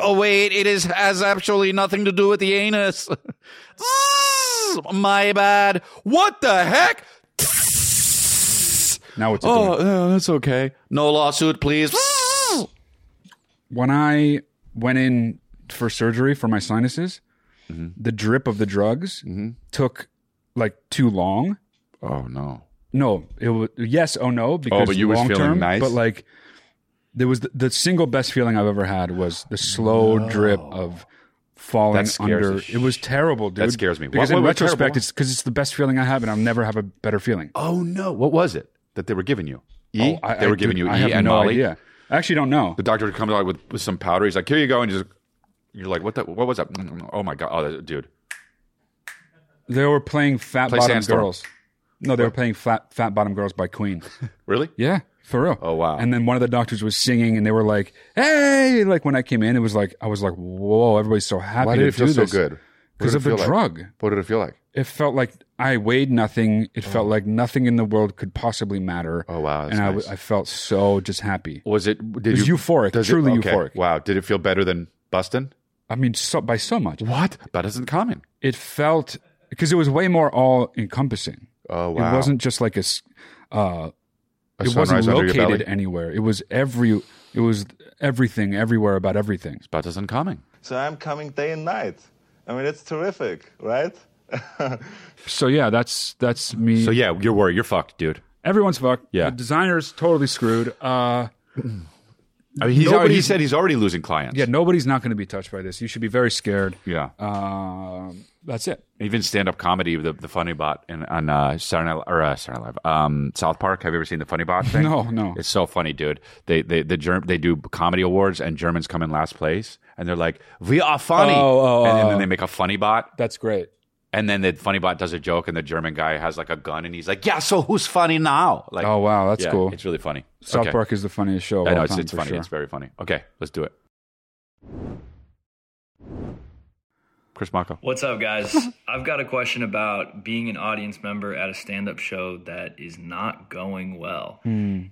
[SPEAKER 3] Oh wait, it is has absolutely nothing to do with the anus. (laughs) My bad. What the heck?
[SPEAKER 1] Now it's
[SPEAKER 3] Oh, uh, that's okay. No lawsuit, please.
[SPEAKER 1] when I went in for surgery for my sinuses,
[SPEAKER 3] Mm-hmm.
[SPEAKER 1] the drip of the drugs took like too long.
[SPEAKER 3] Oh no.
[SPEAKER 1] No, it was yes, oh no, because
[SPEAKER 3] but you was
[SPEAKER 1] long
[SPEAKER 3] feeling
[SPEAKER 1] term,
[SPEAKER 3] nice?
[SPEAKER 1] but like there was the, the single best feeling I've ever had was the slow drip of falling
[SPEAKER 3] That scares
[SPEAKER 1] under.
[SPEAKER 3] the sh-
[SPEAKER 1] It was terrible, dude.
[SPEAKER 3] scares me.
[SPEAKER 1] Because
[SPEAKER 3] What-
[SPEAKER 1] in
[SPEAKER 3] what- what terrible?
[SPEAKER 1] retrospect, it's because it's the best feeling I have, and I'll never have a better feeling.
[SPEAKER 3] Oh no. What was it that they were giving you? E.
[SPEAKER 1] I,
[SPEAKER 3] they
[SPEAKER 1] I-
[SPEAKER 3] were giving
[SPEAKER 1] dude,
[SPEAKER 3] you
[SPEAKER 1] I
[SPEAKER 3] E
[SPEAKER 1] have
[SPEAKER 3] and
[SPEAKER 1] no
[SPEAKER 3] Molly.
[SPEAKER 1] idea. I actually don't know.
[SPEAKER 3] The doctor comes out with, with some powder. He's like, "Here you go," and you just you're like, "What? The, what was that? Oh my god, oh, dude!"
[SPEAKER 1] They were playing Fat
[SPEAKER 3] Play
[SPEAKER 1] Bottom
[SPEAKER 3] Sandstorm.
[SPEAKER 1] Girls. No, they were playing Fat Fat Bottom Girls by Queen.
[SPEAKER 3] Really?
[SPEAKER 1] (laughs) Yeah, for real.
[SPEAKER 3] Oh, wow.
[SPEAKER 1] And then one of the doctors was singing, and they were like, "Hey!" Like when I came in, it was like I was like, "Whoa!" Everybody's so happy.
[SPEAKER 3] Why
[SPEAKER 1] to
[SPEAKER 3] did it
[SPEAKER 1] do
[SPEAKER 3] feel so
[SPEAKER 1] this."
[SPEAKER 3] good? What
[SPEAKER 1] Because
[SPEAKER 3] did it
[SPEAKER 1] of the
[SPEAKER 3] feel like?
[SPEAKER 1] drug.
[SPEAKER 3] What did it feel like?
[SPEAKER 1] It felt like I weighed nothing. It felt like nothing in the world could possibly matter.
[SPEAKER 3] Oh, wow, that's
[SPEAKER 1] And I w-
[SPEAKER 3] nice.
[SPEAKER 1] I felt so just happy.
[SPEAKER 3] Was it? Did
[SPEAKER 1] It was
[SPEAKER 3] you?
[SPEAKER 1] euphoric,
[SPEAKER 3] does it-
[SPEAKER 1] truly
[SPEAKER 3] okay.
[SPEAKER 1] euphoric.
[SPEAKER 3] Wow. Did it feel better than Bustin?
[SPEAKER 1] I mean, so, by so much,
[SPEAKER 3] What? That isn't common.
[SPEAKER 1] it felt because it was way more all encompassing.
[SPEAKER 3] Oh
[SPEAKER 1] It wasn't just like a. s- Uh,
[SPEAKER 3] A
[SPEAKER 1] it wasn't
[SPEAKER 3] sunrise under your
[SPEAKER 1] located
[SPEAKER 3] belly?
[SPEAKER 1] anywhere. It was every. It was everything, everywhere about everything.
[SPEAKER 3] That isn't common.
[SPEAKER 6] So I'm coming day and night. I mean, it's terrific, right? (laughs)
[SPEAKER 1] So yeah, that's that's me.
[SPEAKER 3] So yeah, you're worried. You're fucked, dude.
[SPEAKER 1] Everyone's fucked.
[SPEAKER 3] Yeah.
[SPEAKER 1] The designer's totally screwed. Uh,
[SPEAKER 3] I mean, he's
[SPEAKER 1] Nobody's-
[SPEAKER 3] already, he said he's already losing clients.
[SPEAKER 1] yeah, nobody's not going to be touched by this. You should be very scared.
[SPEAKER 3] Yeah. Uh,
[SPEAKER 1] Um that's it.
[SPEAKER 3] Even stand-up comedy, the the funny bot in, on uh, Saturday Night or uh, Saturday Night Live, um, South Park. Have you ever seen the funny bot thing?
[SPEAKER 1] (laughs) No, no.
[SPEAKER 3] It's so funny, dude. They they the Germ- they do comedy awards and Germans come in last place and they're like, "We are funny,"
[SPEAKER 1] Oh, oh,
[SPEAKER 3] and, and
[SPEAKER 1] oh.
[SPEAKER 3] then they make a funny bot,
[SPEAKER 1] That's great.
[SPEAKER 3] and then the funny bot does a joke, and the German guy has like a gun, and he's like, "Yeah, so who's funny now?" Like,
[SPEAKER 1] Oh wow, that's
[SPEAKER 3] yeah,
[SPEAKER 1] cool.
[SPEAKER 3] It's really funny.
[SPEAKER 1] South
[SPEAKER 3] Okay.
[SPEAKER 1] Park is the funniest show. Of
[SPEAKER 3] I know
[SPEAKER 1] all
[SPEAKER 3] it's,
[SPEAKER 1] time,
[SPEAKER 3] it's
[SPEAKER 1] for
[SPEAKER 3] funny.
[SPEAKER 1] sure.
[SPEAKER 3] It's very funny. Okay, let's do it. Chris Mako.
[SPEAKER 7] What's up, guys? I've got a question about being an audience member at a stand up show that is not going well.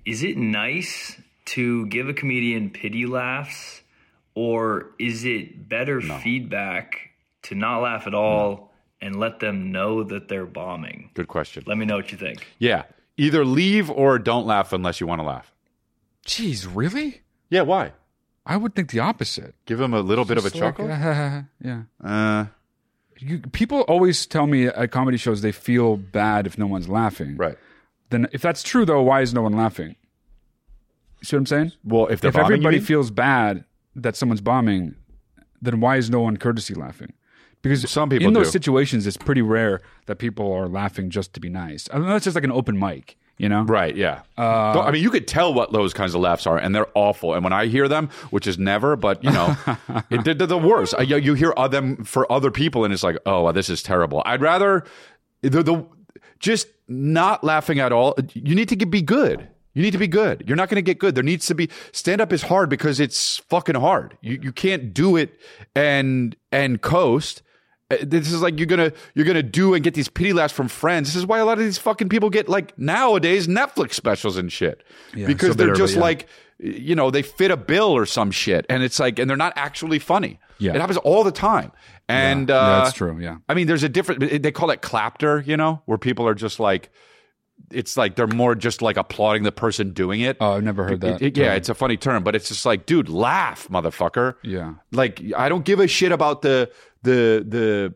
[SPEAKER 7] Is it nice to give a comedian pity laughs, Or is it better feedback to not laugh at all and let them know that they're bombing?
[SPEAKER 3] Good question.
[SPEAKER 7] Let me know what you think.
[SPEAKER 3] Yeah. Either leave or don't laugh unless you want to laugh.
[SPEAKER 1] Jeez, really?
[SPEAKER 3] Yeah, why?
[SPEAKER 1] I would think the opposite.
[SPEAKER 3] Give him a little bit of a chuckle.
[SPEAKER 1] (laughs) yeah.
[SPEAKER 3] Uh,
[SPEAKER 1] You, people always tell me at comedy shows they feel bad if no one's laughing.
[SPEAKER 3] right.
[SPEAKER 1] Then, if that's true, though, why is no one laughing? See what I'm saying?
[SPEAKER 3] Well, if they're
[SPEAKER 1] if
[SPEAKER 3] bombing, you
[SPEAKER 1] everybody
[SPEAKER 3] mean?
[SPEAKER 1] feels bad that someone's bombing, then why is no one courtesy laughing? Because
[SPEAKER 3] Some people
[SPEAKER 1] in those
[SPEAKER 3] do.
[SPEAKER 1] situations, it's pretty rare that people are laughing just to be nice. Unless it's like an open mic, you know?
[SPEAKER 3] Right, yeah. Don't- I mean, you could tell what those kinds of laughs are, and they're awful. And when I hear them, which is never, but you (laughs) know, it, they're the worst. I, you hear of them for other people, and it's like, oh, this is terrible. I'd rather the, the just not laughing at all. You need to get, be good. You need to be good. You're not going to get good. There needs to be stand up is hard because it's fucking hard. You you can't do it and and coast. Uh, this is like you're gonna you're gonna do and get these pity laughs from friends. This is why a lot of these fucking people get like nowadays Netflix specials and shit because
[SPEAKER 1] so
[SPEAKER 3] they're
[SPEAKER 1] bitter,
[SPEAKER 3] just
[SPEAKER 1] but yeah.
[SPEAKER 3] like you know they fit a bill or some shit and it's like and they're not actually funny.
[SPEAKER 1] Yeah.
[SPEAKER 3] it happens all the time. And
[SPEAKER 1] Yeah,
[SPEAKER 3] uh,
[SPEAKER 1] that's true, yeah.
[SPEAKER 3] I mean, there's a different. They call it clapter, you know, where people are just like it's like they're more just like applauding the person doing it.
[SPEAKER 1] Oh, I've never heard that.
[SPEAKER 3] It- it- yeah,
[SPEAKER 1] term.
[SPEAKER 3] it's a funny term, but it's just like, dude, laugh, motherfucker.
[SPEAKER 1] Yeah.
[SPEAKER 3] Like I don't give a shit about the the the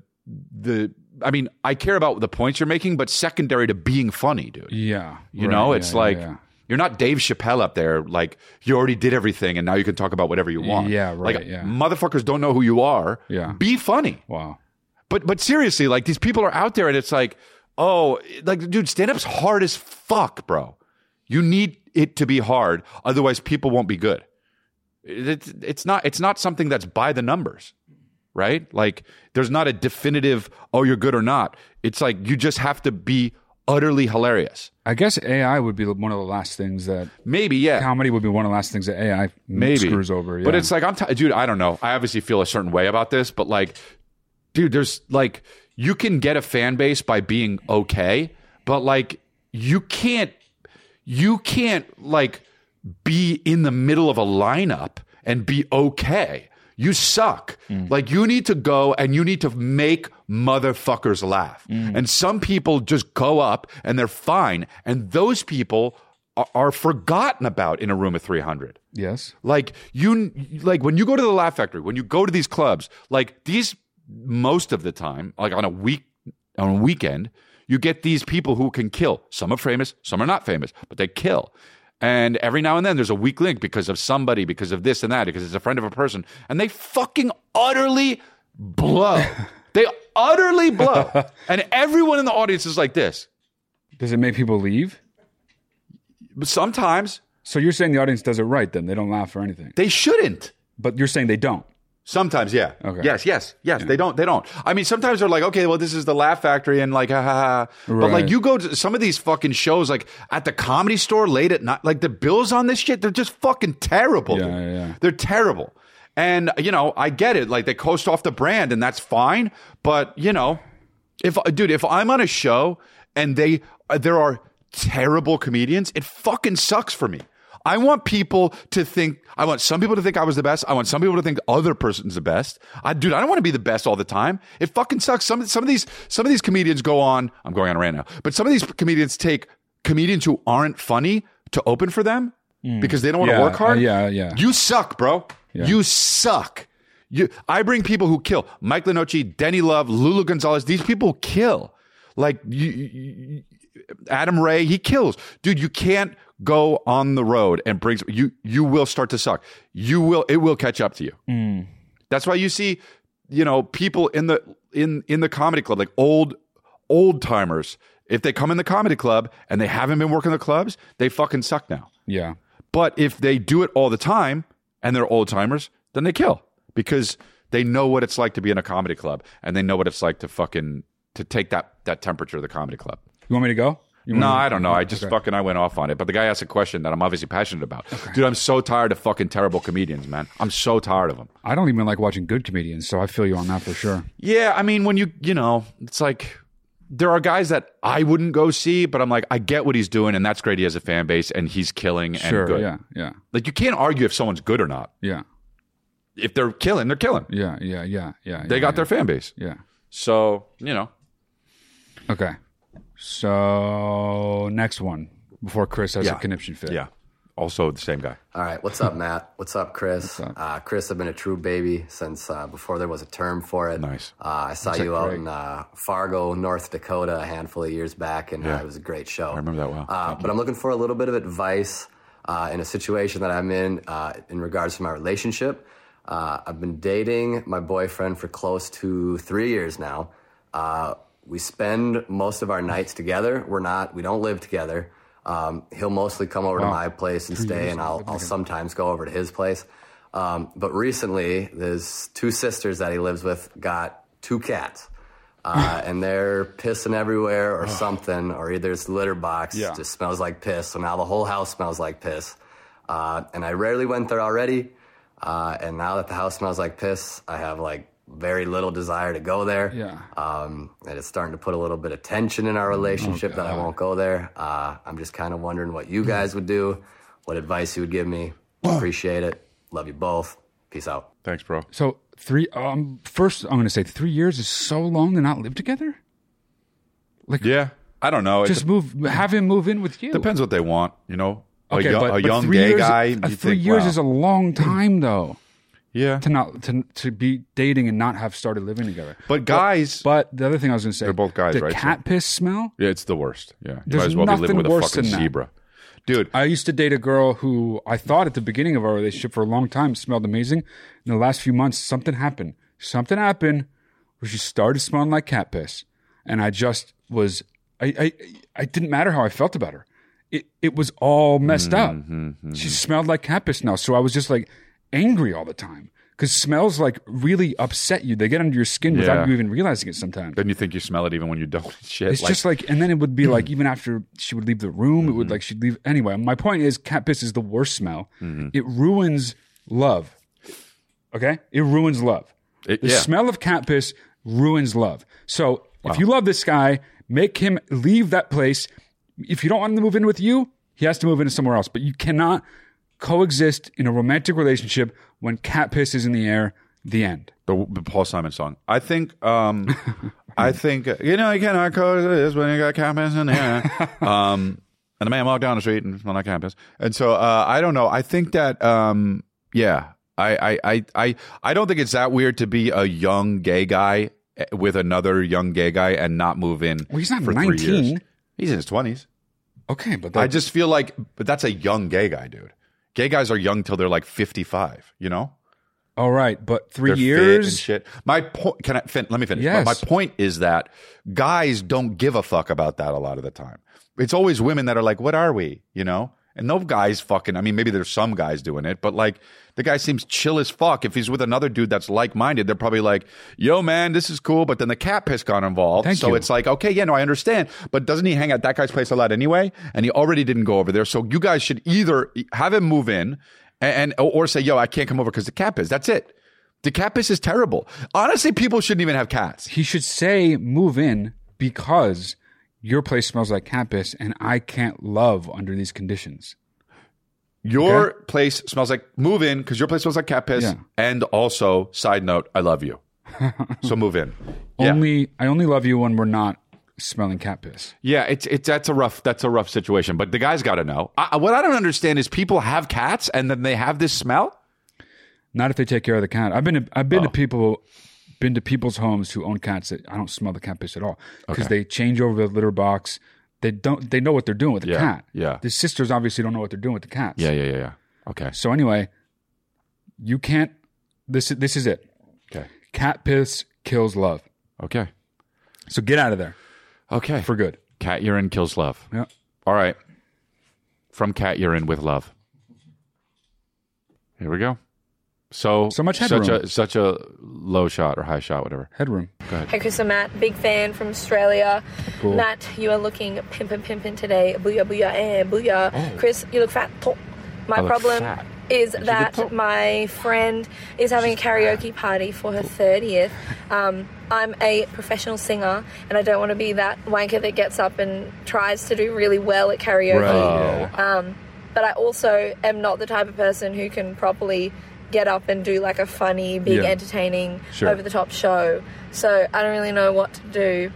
[SPEAKER 3] the I mean, I care about the points you're making, but secondary to being funny, dude.
[SPEAKER 1] Yeah.
[SPEAKER 3] You know,
[SPEAKER 1] right,
[SPEAKER 3] it's
[SPEAKER 1] yeah,
[SPEAKER 3] like
[SPEAKER 1] yeah,
[SPEAKER 3] you're not Dave Chappelle up there. Like you already did everything, and now you can talk about whatever you want.
[SPEAKER 1] Yeah, right,
[SPEAKER 3] Like
[SPEAKER 1] yeah.
[SPEAKER 3] motherfuckers don't know who you are.
[SPEAKER 1] Yeah.
[SPEAKER 3] be funny.
[SPEAKER 1] yeah. Wow.
[SPEAKER 3] But but seriously, like these people are out there, and it's like, oh, like dude, stand up's hard as fuck, bro. You need it to be hard, otherwise people won't be good. It's it's not it's not something that's by the numbers, right? Like there's not a definitive oh you're good or not. It's like you just have to be utterly hilarious.
[SPEAKER 1] I guess AI would be one of the last things that
[SPEAKER 3] Maybe yeah.
[SPEAKER 1] comedy would be one of the last things that AI
[SPEAKER 3] maybe
[SPEAKER 1] screws over. Yeah.
[SPEAKER 3] But it's like I'm, t- dude. I don't know. I obviously feel a certain way about this, but like, dude, there's like you can get a fan base by being okay, but like you can't, you can't like be in the middle of a lineup and be okay. You suck.
[SPEAKER 1] Mm.
[SPEAKER 3] Like you need to go and you need to make motherfuckers laugh.
[SPEAKER 1] Mm.
[SPEAKER 3] And some people just go up and they're fine, and those people are, are forgotten about in a room of three hundred.
[SPEAKER 1] yes.
[SPEAKER 3] Like you like when you go to the Laugh Factory, when you go to these clubs, like these most of the time, like on a week on a weekend, you get these people who can kill. Some are famous, some are not famous, but they kill. And every now and then there's a weak link because of somebody, because of this and that, because it's a friend of a person, and they fucking utterly blow. they utterly blow. And everyone in the audience is like this.
[SPEAKER 1] Does it make people leave?
[SPEAKER 3] But sometimes
[SPEAKER 1] So you're saying the audience does it right then? They don't laugh or anything.
[SPEAKER 3] they shouldn't.
[SPEAKER 1] But you're saying they don't.
[SPEAKER 3] Sometimes, yeah.
[SPEAKER 1] Okay.
[SPEAKER 3] Yes, yes, yes. They don't. They don't. I mean, sometimes they're like, okay, well, this is the Laugh Factory, and like, ha ha ha. But like,
[SPEAKER 1] Right.
[SPEAKER 3] you go to some of these fucking shows, like at the Comedy Store late at night. Like the bills on this shit, they're just fucking terrible.
[SPEAKER 1] Yeah,
[SPEAKER 3] dude.
[SPEAKER 1] yeah, yeah.
[SPEAKER 3] They're terrible. And you know, I get it. Like they coast off the brand, and that's fine. But you know, if dude, if I'm on a show and they uh, there are terrible comedians, it fucking sucks for me. I want people to think. I want some people to think I was the best. I want some people to think other person's the best. I, dude, I don't want to be the best all the time. It fucking sucks. Some some of these some of these comedians go on. I'm going on a rant now, but some of these comedians take comedians who aren't funny to open for them because they don't want to
[SPEAKER 1] Hmm. Yeah,
[SPEAKER 3] work hard.
[SPEAKER 1] uh, yeah, yeah.
[SPEAKER 3] You suck, bro. You suck. You, I bring people who kill. Mike Lenoci, Denny Love, Lulu Gonzalez. These people kill. Like you, you- Adam Ray, he kills. Dude, you can't go on the road and bring you. You will start to suck. You will. It will catch up to you. That's why you see, you know, people in the in in the comedy club, like old old timers. If they come in the comedy club and they haven't been working the clubs, they fucking suck now.
[SPEAKER 1] Yeah.
[SPEAKER 3] But if they do it all the time and they're old timers, then they kill because they know what it's like to be in a comedy club and they know what it's like to fucking to take that that temperature of the comedy club.
[SPEAKER 1] You want me to go? You
[SPEAKER 3] No,
[SPEAKER 1] want me-
[SPEAKER 3] I don't know. I just fucking I went off on it. But the guy asked a question that I'm obviously passionate about. Dude, I'm so tired of fucking terrible comedians, man. I'm so tired of them.
[SPEAKER 1] I don't even like watching good comedians, so I feel you on that for sure.
[SPEAKER 3] Yeah, I mean, when you you know, it's like there are guys that I wouldn't go see, but I'm like, I get what he's doing, and that's great. He has a fan base, and he's killing and
[SPEAKER 1] (laughs) Sure.
[SPEAKER 3] good.
[SPEAKER 1] Yeah. Yeah.
[SPEAKER 3] Like you can't argue if someone's good or not.
[SPEAKER 1] Yeah.
[SPEAKER 3] if they're killing, they're killing.
[SPEAKER 1] Yeah, yeah, yeah, yeah.
[SPEAKER 3] They
[SPEAKER 1] yeah,
[SPEAKER 3] got their fan base.
[SPEAKER 1] yeah.
[SPEAKER 3] So, you know,
[SPEAKER 1] yeah. Okay. So next one before Chris has
[SPEAKER 3] Yeah.
[SPEAKER 1] a conniption fit.
[SPEAKER 3] yeah. Also the same guy.
[SPEAKER 8] All right, what's up, Matt? What's up, Chris? Uh, Chris, I've been a true baby since uh, before there was a term for it.
[SPEAKER 3] Nice.
[SPEAKER 8] Uh, I saw you out in uh, Fargo, North Dakota, a handful of years back, and uh, it was a great show. I
[SPEAKER 3] remember that well.
[SPEAKER 8] Uh, but I'm looking for a little bit of advice uh, in a situation that I'm in uh, in regards to my relationship. Uh, I've been dating my boyfriend for close to three years now. Uh, we spend most of our nights together. We're not. We don't live together. Um, he'll mostly come over to my place and stay, and I'll, I'll sometimes go over to his place. Um, but recently, there's two sisters that he lives with got two cats, uh, and they're pissing everywhere or something, or either it's litter box
[SPEAKER 1] Yeah.
[SPEAKER 8] just smells like piss. So now the whole house smells like piss. Uh, and I rarely went there already. Uh, and now that the house smells like piss, I have like very little desire to go there.
[SPEAKER 1] Yeah. Oh,
[SPEAKER 8] Um, and it's starting to put a little bit of tension in our relationship that I won't go there. Uh, I'm just kind of wondering what you guys would do, what advice you would give me. Appreciate it. Love you both. Peace out.
[SPEAKER 3] Thanks, bro.
[SPEAKER 1] So three. Um, first, I'm going to say three years is so long to not live together.
[SPEAKER 3] Yeah. I don't know. It
[SPEAKER 1] Just move. Have him move in with you.
[SPEAKER 3] depends what they want, you know.
[SPEAKER 1] Okay,
[SPEAKER 3] a, yo-
[SPEAKER 1] but,
[SPEAKER 3] a
[SPEAKER 1] but
[SPEAKER 3] young
[SPEAKER 1] three
[SPEAKER 3] gay
[SPEAKER 1] years,
[SPEAKER 3] guy.
[SPEAKER 1] uh,
[SPEAKER 3] you
[SPEAKER 1] three
[SPEAKER 3] think,
[SPEAKER 1] years
[SPEAKER 3] wow.
[SPEAKER 1] is
[SPEAKER 3] (clears throat)
[SPEAKER 1] a long time though
[SPEAKER 3] yeah.
[SPEAKER 1] to not to to be dating and not have started living together.
[SPEAKER 3] But guys,
[SPEAKER 1] But the other thing I was going to say,
[SPEAKER 3] They're both guys,
[SPEAKER 1] the
[SPEAKER 3] right?
[SPEAKER 1] Cat piss smell.
[SPEAKER 3] yeah, it's the worst. Yeah. You
[SPEAKER 1] There's
[SPEAKER 3] might as well be living
[SPEAKER 1] nothing
[SPEAKER 3] with a
[SPEAKER 1] worse
[SPEAKER 3] fucking
[SPEAKER 1] than that.
[SPEAKER 3] zebra. Dude,
[SPEAKER 1] I used to date a girl who I thought at the beginning of our relationship for a long time smelled amazing. In the last few months, something happened. Something happened where she started smelling like cat piss, and I just was I I, I didn't matter how I felt about her. It it was all messed
[SPEAKER 3] Mm-hmm,
[SPEAKER 1] up. She smelled like cat piss now, so I was just like angry all the time because smells like really upset you. They get under your skin
[SPEAKER 3] Yeah.
[SPEAKER 1] without you even realizing it sometimes.
[SPEAKER 3] then you think you smell it even when you don't. (laughs) Shit.
[SPEAKER 1] It's
[SPEAKER 3] like- Mm.
[SPEAKER 1] just like, and then it would be like, even after she would leave the room, it would
[SPEAKER 3] Mm-hmm.
[SPEAKER 1] like she'd leave anyway. My point is, cat piss is the worst smell.
[SPEAKER 3] Mm-hmm.
[SPEAKER 1] It ruins love. Okay, it ruins love.
[SPEAKER 3] It-
[SPEAKER 1] the
[SPEAKER 3] yeah.
[SPEAKER 1] smell of cat piss ruins love. So if you love this guy, make him leave that place. If you don't want him to move in with you, he has to move into somewhere else. But you cannot coexist in a romantic relationship when cat piss is in the air. The end.
[SPEAKER 3] the, the Paul Simon song. I think,
[SPEAKER 1] (laughs)
[SPEAKER 3] um, I think you know you cannot cause this when you got campus in
[SPEAKER 1] (laughs)
[SPEAKER 3] there. um, and the man walked down the street and smelled like campus. And so uh, I don't know. I think that um, yeah, I, I I I I don't think it's that weird to be a young gay guy eh, with another young gay guy and not move in.
[SPEAKER 1] Well, he's not
[SPEAKER 3] for Three years.
[SPEAKER 1] 19.
[SPEAKER 3] He's in his twenties.
[SPEAKER 1] Okay, but
[SPEAKER 3] I
[SPEAKER 1] that,
[SPEAKER 3] just feel like, but that's a young gay guy, dude. Gay guys are young till they're like fifty-five. You know.
[SPEAKER 1] all right, but three
[SPEAKER 3] They're fit
[SPEAKER 1] years.
[SPEAKER 3] and shit. My point. Can I? Fin- let me finish. My-
[SPEAKER 1] Yes.
[SPEAKER 3] My, point is that guys don't give a fuck about that a lot of the time. It's always women that are like, "What are we?" You know. And no guys fucking. I mean, maybe there's some guys doing it, but like the guy seems chill as fuck. If he's with another dude that's like minded, they're probably like, "Yo, man, this is cool." But then the cat piss got involved,
[SPEAKER 1] Thank
[SPEAKER 3] so
[SPEAKER 1] you.
[SPEAKER 3] it's like, okay, yeah, no, I understand. But doesn't he hang at that guy's place a lot anyway? And he already didn't go over there, so you guys should either have him move in and, and or say, "Yo, I can't come over because the cat piss." That's it. The cat piss is terrible. Honestly, people shouldn't even have cats.
[SPEAKER 1] he should say move in because your place smells like campus and I can't love under these conditions.
[SPEAKER 3] Your place smells like move in because your place smells like cat piss.
[SPEAKER 1] Yeah.
[SPEAKER 3] And also, side note, I love (laughs) you. so move in. Yeah.
[SPEAKER 1] Only I only love you when we're not smelling cat piss.
[SPEAKER 3] Yeah, it's it's that's a rough that's a rough situation. But the guy's got to know. I, what I don't understand is people have cats and then they have this smell.
[SPEAKER 1] Not if they take care of the cat. I've been to, I've been to
[SPEAKER 3] Oh.
[SPEAKER 1] people been to people's homes who own cats that I don't smell the cat piss at all because they change over the litter box. They don't they know what they're doing with the
[SPEAKER 3] Yeah,
[SPEAKER 1] cat.
[SPEAKER 3] yeah.
[SPEAKER 1] The sisters obviously don't know what they're doing with the cats.
[SPEAKER 3] yeah, yeah, yeah. Okay.
[SPEAKER 1] So anyway, you can't this this is it.
[SPEAKER 3] Okay.
[SPEAKER 1] Cat piss kills love.
[SPEAKER 3] Okay.
[SPEAKER 1] So get out of there
[SPEAKER 3] Okay.
[SPEAKER 1] for good.
[SPEAKER 3] cat urine kills love.
[SPEAKER 1] Yeah.
[SPEAKER 3] All right. From cat urine with love. Here we go. So
[SPEAKER 1] So much
[SPEAKER 3] such
[SPEAKER 1] headroom.
[SPEAKER 3] a such a low shot or high shot, whatever.
[SPEAKER 1] Headroom.
[SPEAKER 9] Hey, Chris and Matt, big fan from Australia. Matt, you are looking pimpin' pimpin' today. Booyah, booyah, eh, booyah. Chris, you look fat. Talk. My
[SPEAKER 3] Oh. look
[SPEAKER 9] problem
[SPEAKER 3] fat.
[SPEAKER 9] is
[SPEAKER 3] look
[SPEAKER 9] that
[SPEAKER 3] talk.
[SPEAKER 9] my friend is having a karaoke party for her 30th. Um, I'm a professional singer, and I don't want to be that wanker that gets up and tries to do really well at karaoke.
[SPEAKER 3] Bro.
[SPEAKER 9] Um, but I also am not the type of person who can properly get up and do like a funny, big,
[SPEAKER 1] Yeah.
[SPEAKER 9] entertaining,
[SPEAKER 1] Sure.
[SPEAKER 9] over the top show. So I don't really know what to do.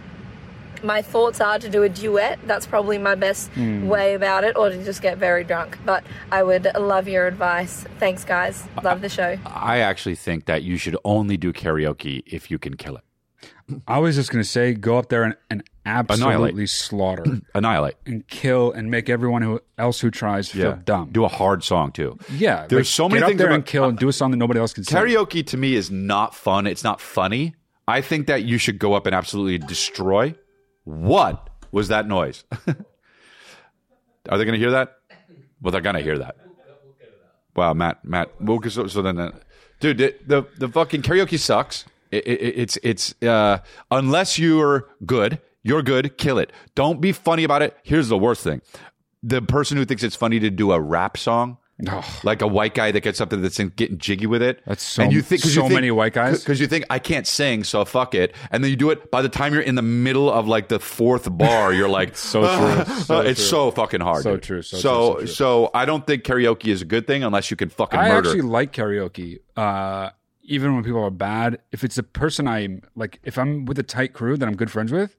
[SPEAKER 9] My thoughts are to do a duet. That's probably my best way about it, or to just get very drunk. But I would love your advice. Thanks, guys. Love the show.
[SPEAKER 3] I actually think that you should only do karaoke if you can kill it.
[SPEAKER 1] I was just going to say, go up there and, and absolutely
[SPEAKER 3] Annihilate. (clears throat)
[SPEAKER 1] slaughter
[SPEAKER 3] Annihilate.
[SPEAKER 1] and kill and make everyone who else who tries feel dumb.
[SPEAKER 3] Do a hard song too.
[SPEAKER 1] yeah,
[SPEAKER 3] There's so many
[SPEAKER 1] get
[SPEAKER 3] things
[SPEAKER 1] up there
[SPEAKER 3] about-
[SPEAKER 1] and kill and do a song that nobody else can sing.
[SPEAKER 3] Karaoke to me is not fun. It's not funny. I think that you should go up and absolutely destroy. What was that noise? (laughs) Are they going to hear that? Well, they're going to hear that. Wow, Matt, Matt. Well, 'cause so, so then, uh, dude, the, the the fucking karaoke sucks. It, it, it's it's uh, unless you're good, you're good. Kill it. Don't be funny about it. Here's the worst thing: the person who thinks it's funny to do a rap song. Like a white guy that gets up there that's in- getting jiggy with it.
[SPEAKER 1] That's so- so many white guys.
[SPEAKER 3] Because you think I can't sing, so fuck it. And then you do it. By the time you're in the middle of like the fourth bar, you're like,
[SPEAKER 1] (laughs) So true. So
[SPEAKER 3] it's
[SPEAKER 1] true.
[SPEAKER 3] so fucking hard.
[SPEAKER 1] So
[SPEAKER 3] dude.
[SPEAKER 1] true, so true,
[SPEAKER 3] so
[SPEAKER 1] so true.
[SPEAKER 3] so I don't think karaoke is a good thing unless you can fucking
[SPEAKER 1] I
[SPEAKER 3] murder.
[SPEAKER 1] actually like karaoke. Uh, even when people are bad, if it's a person I'm like, if I'm with a tight crew that I'm good friends with,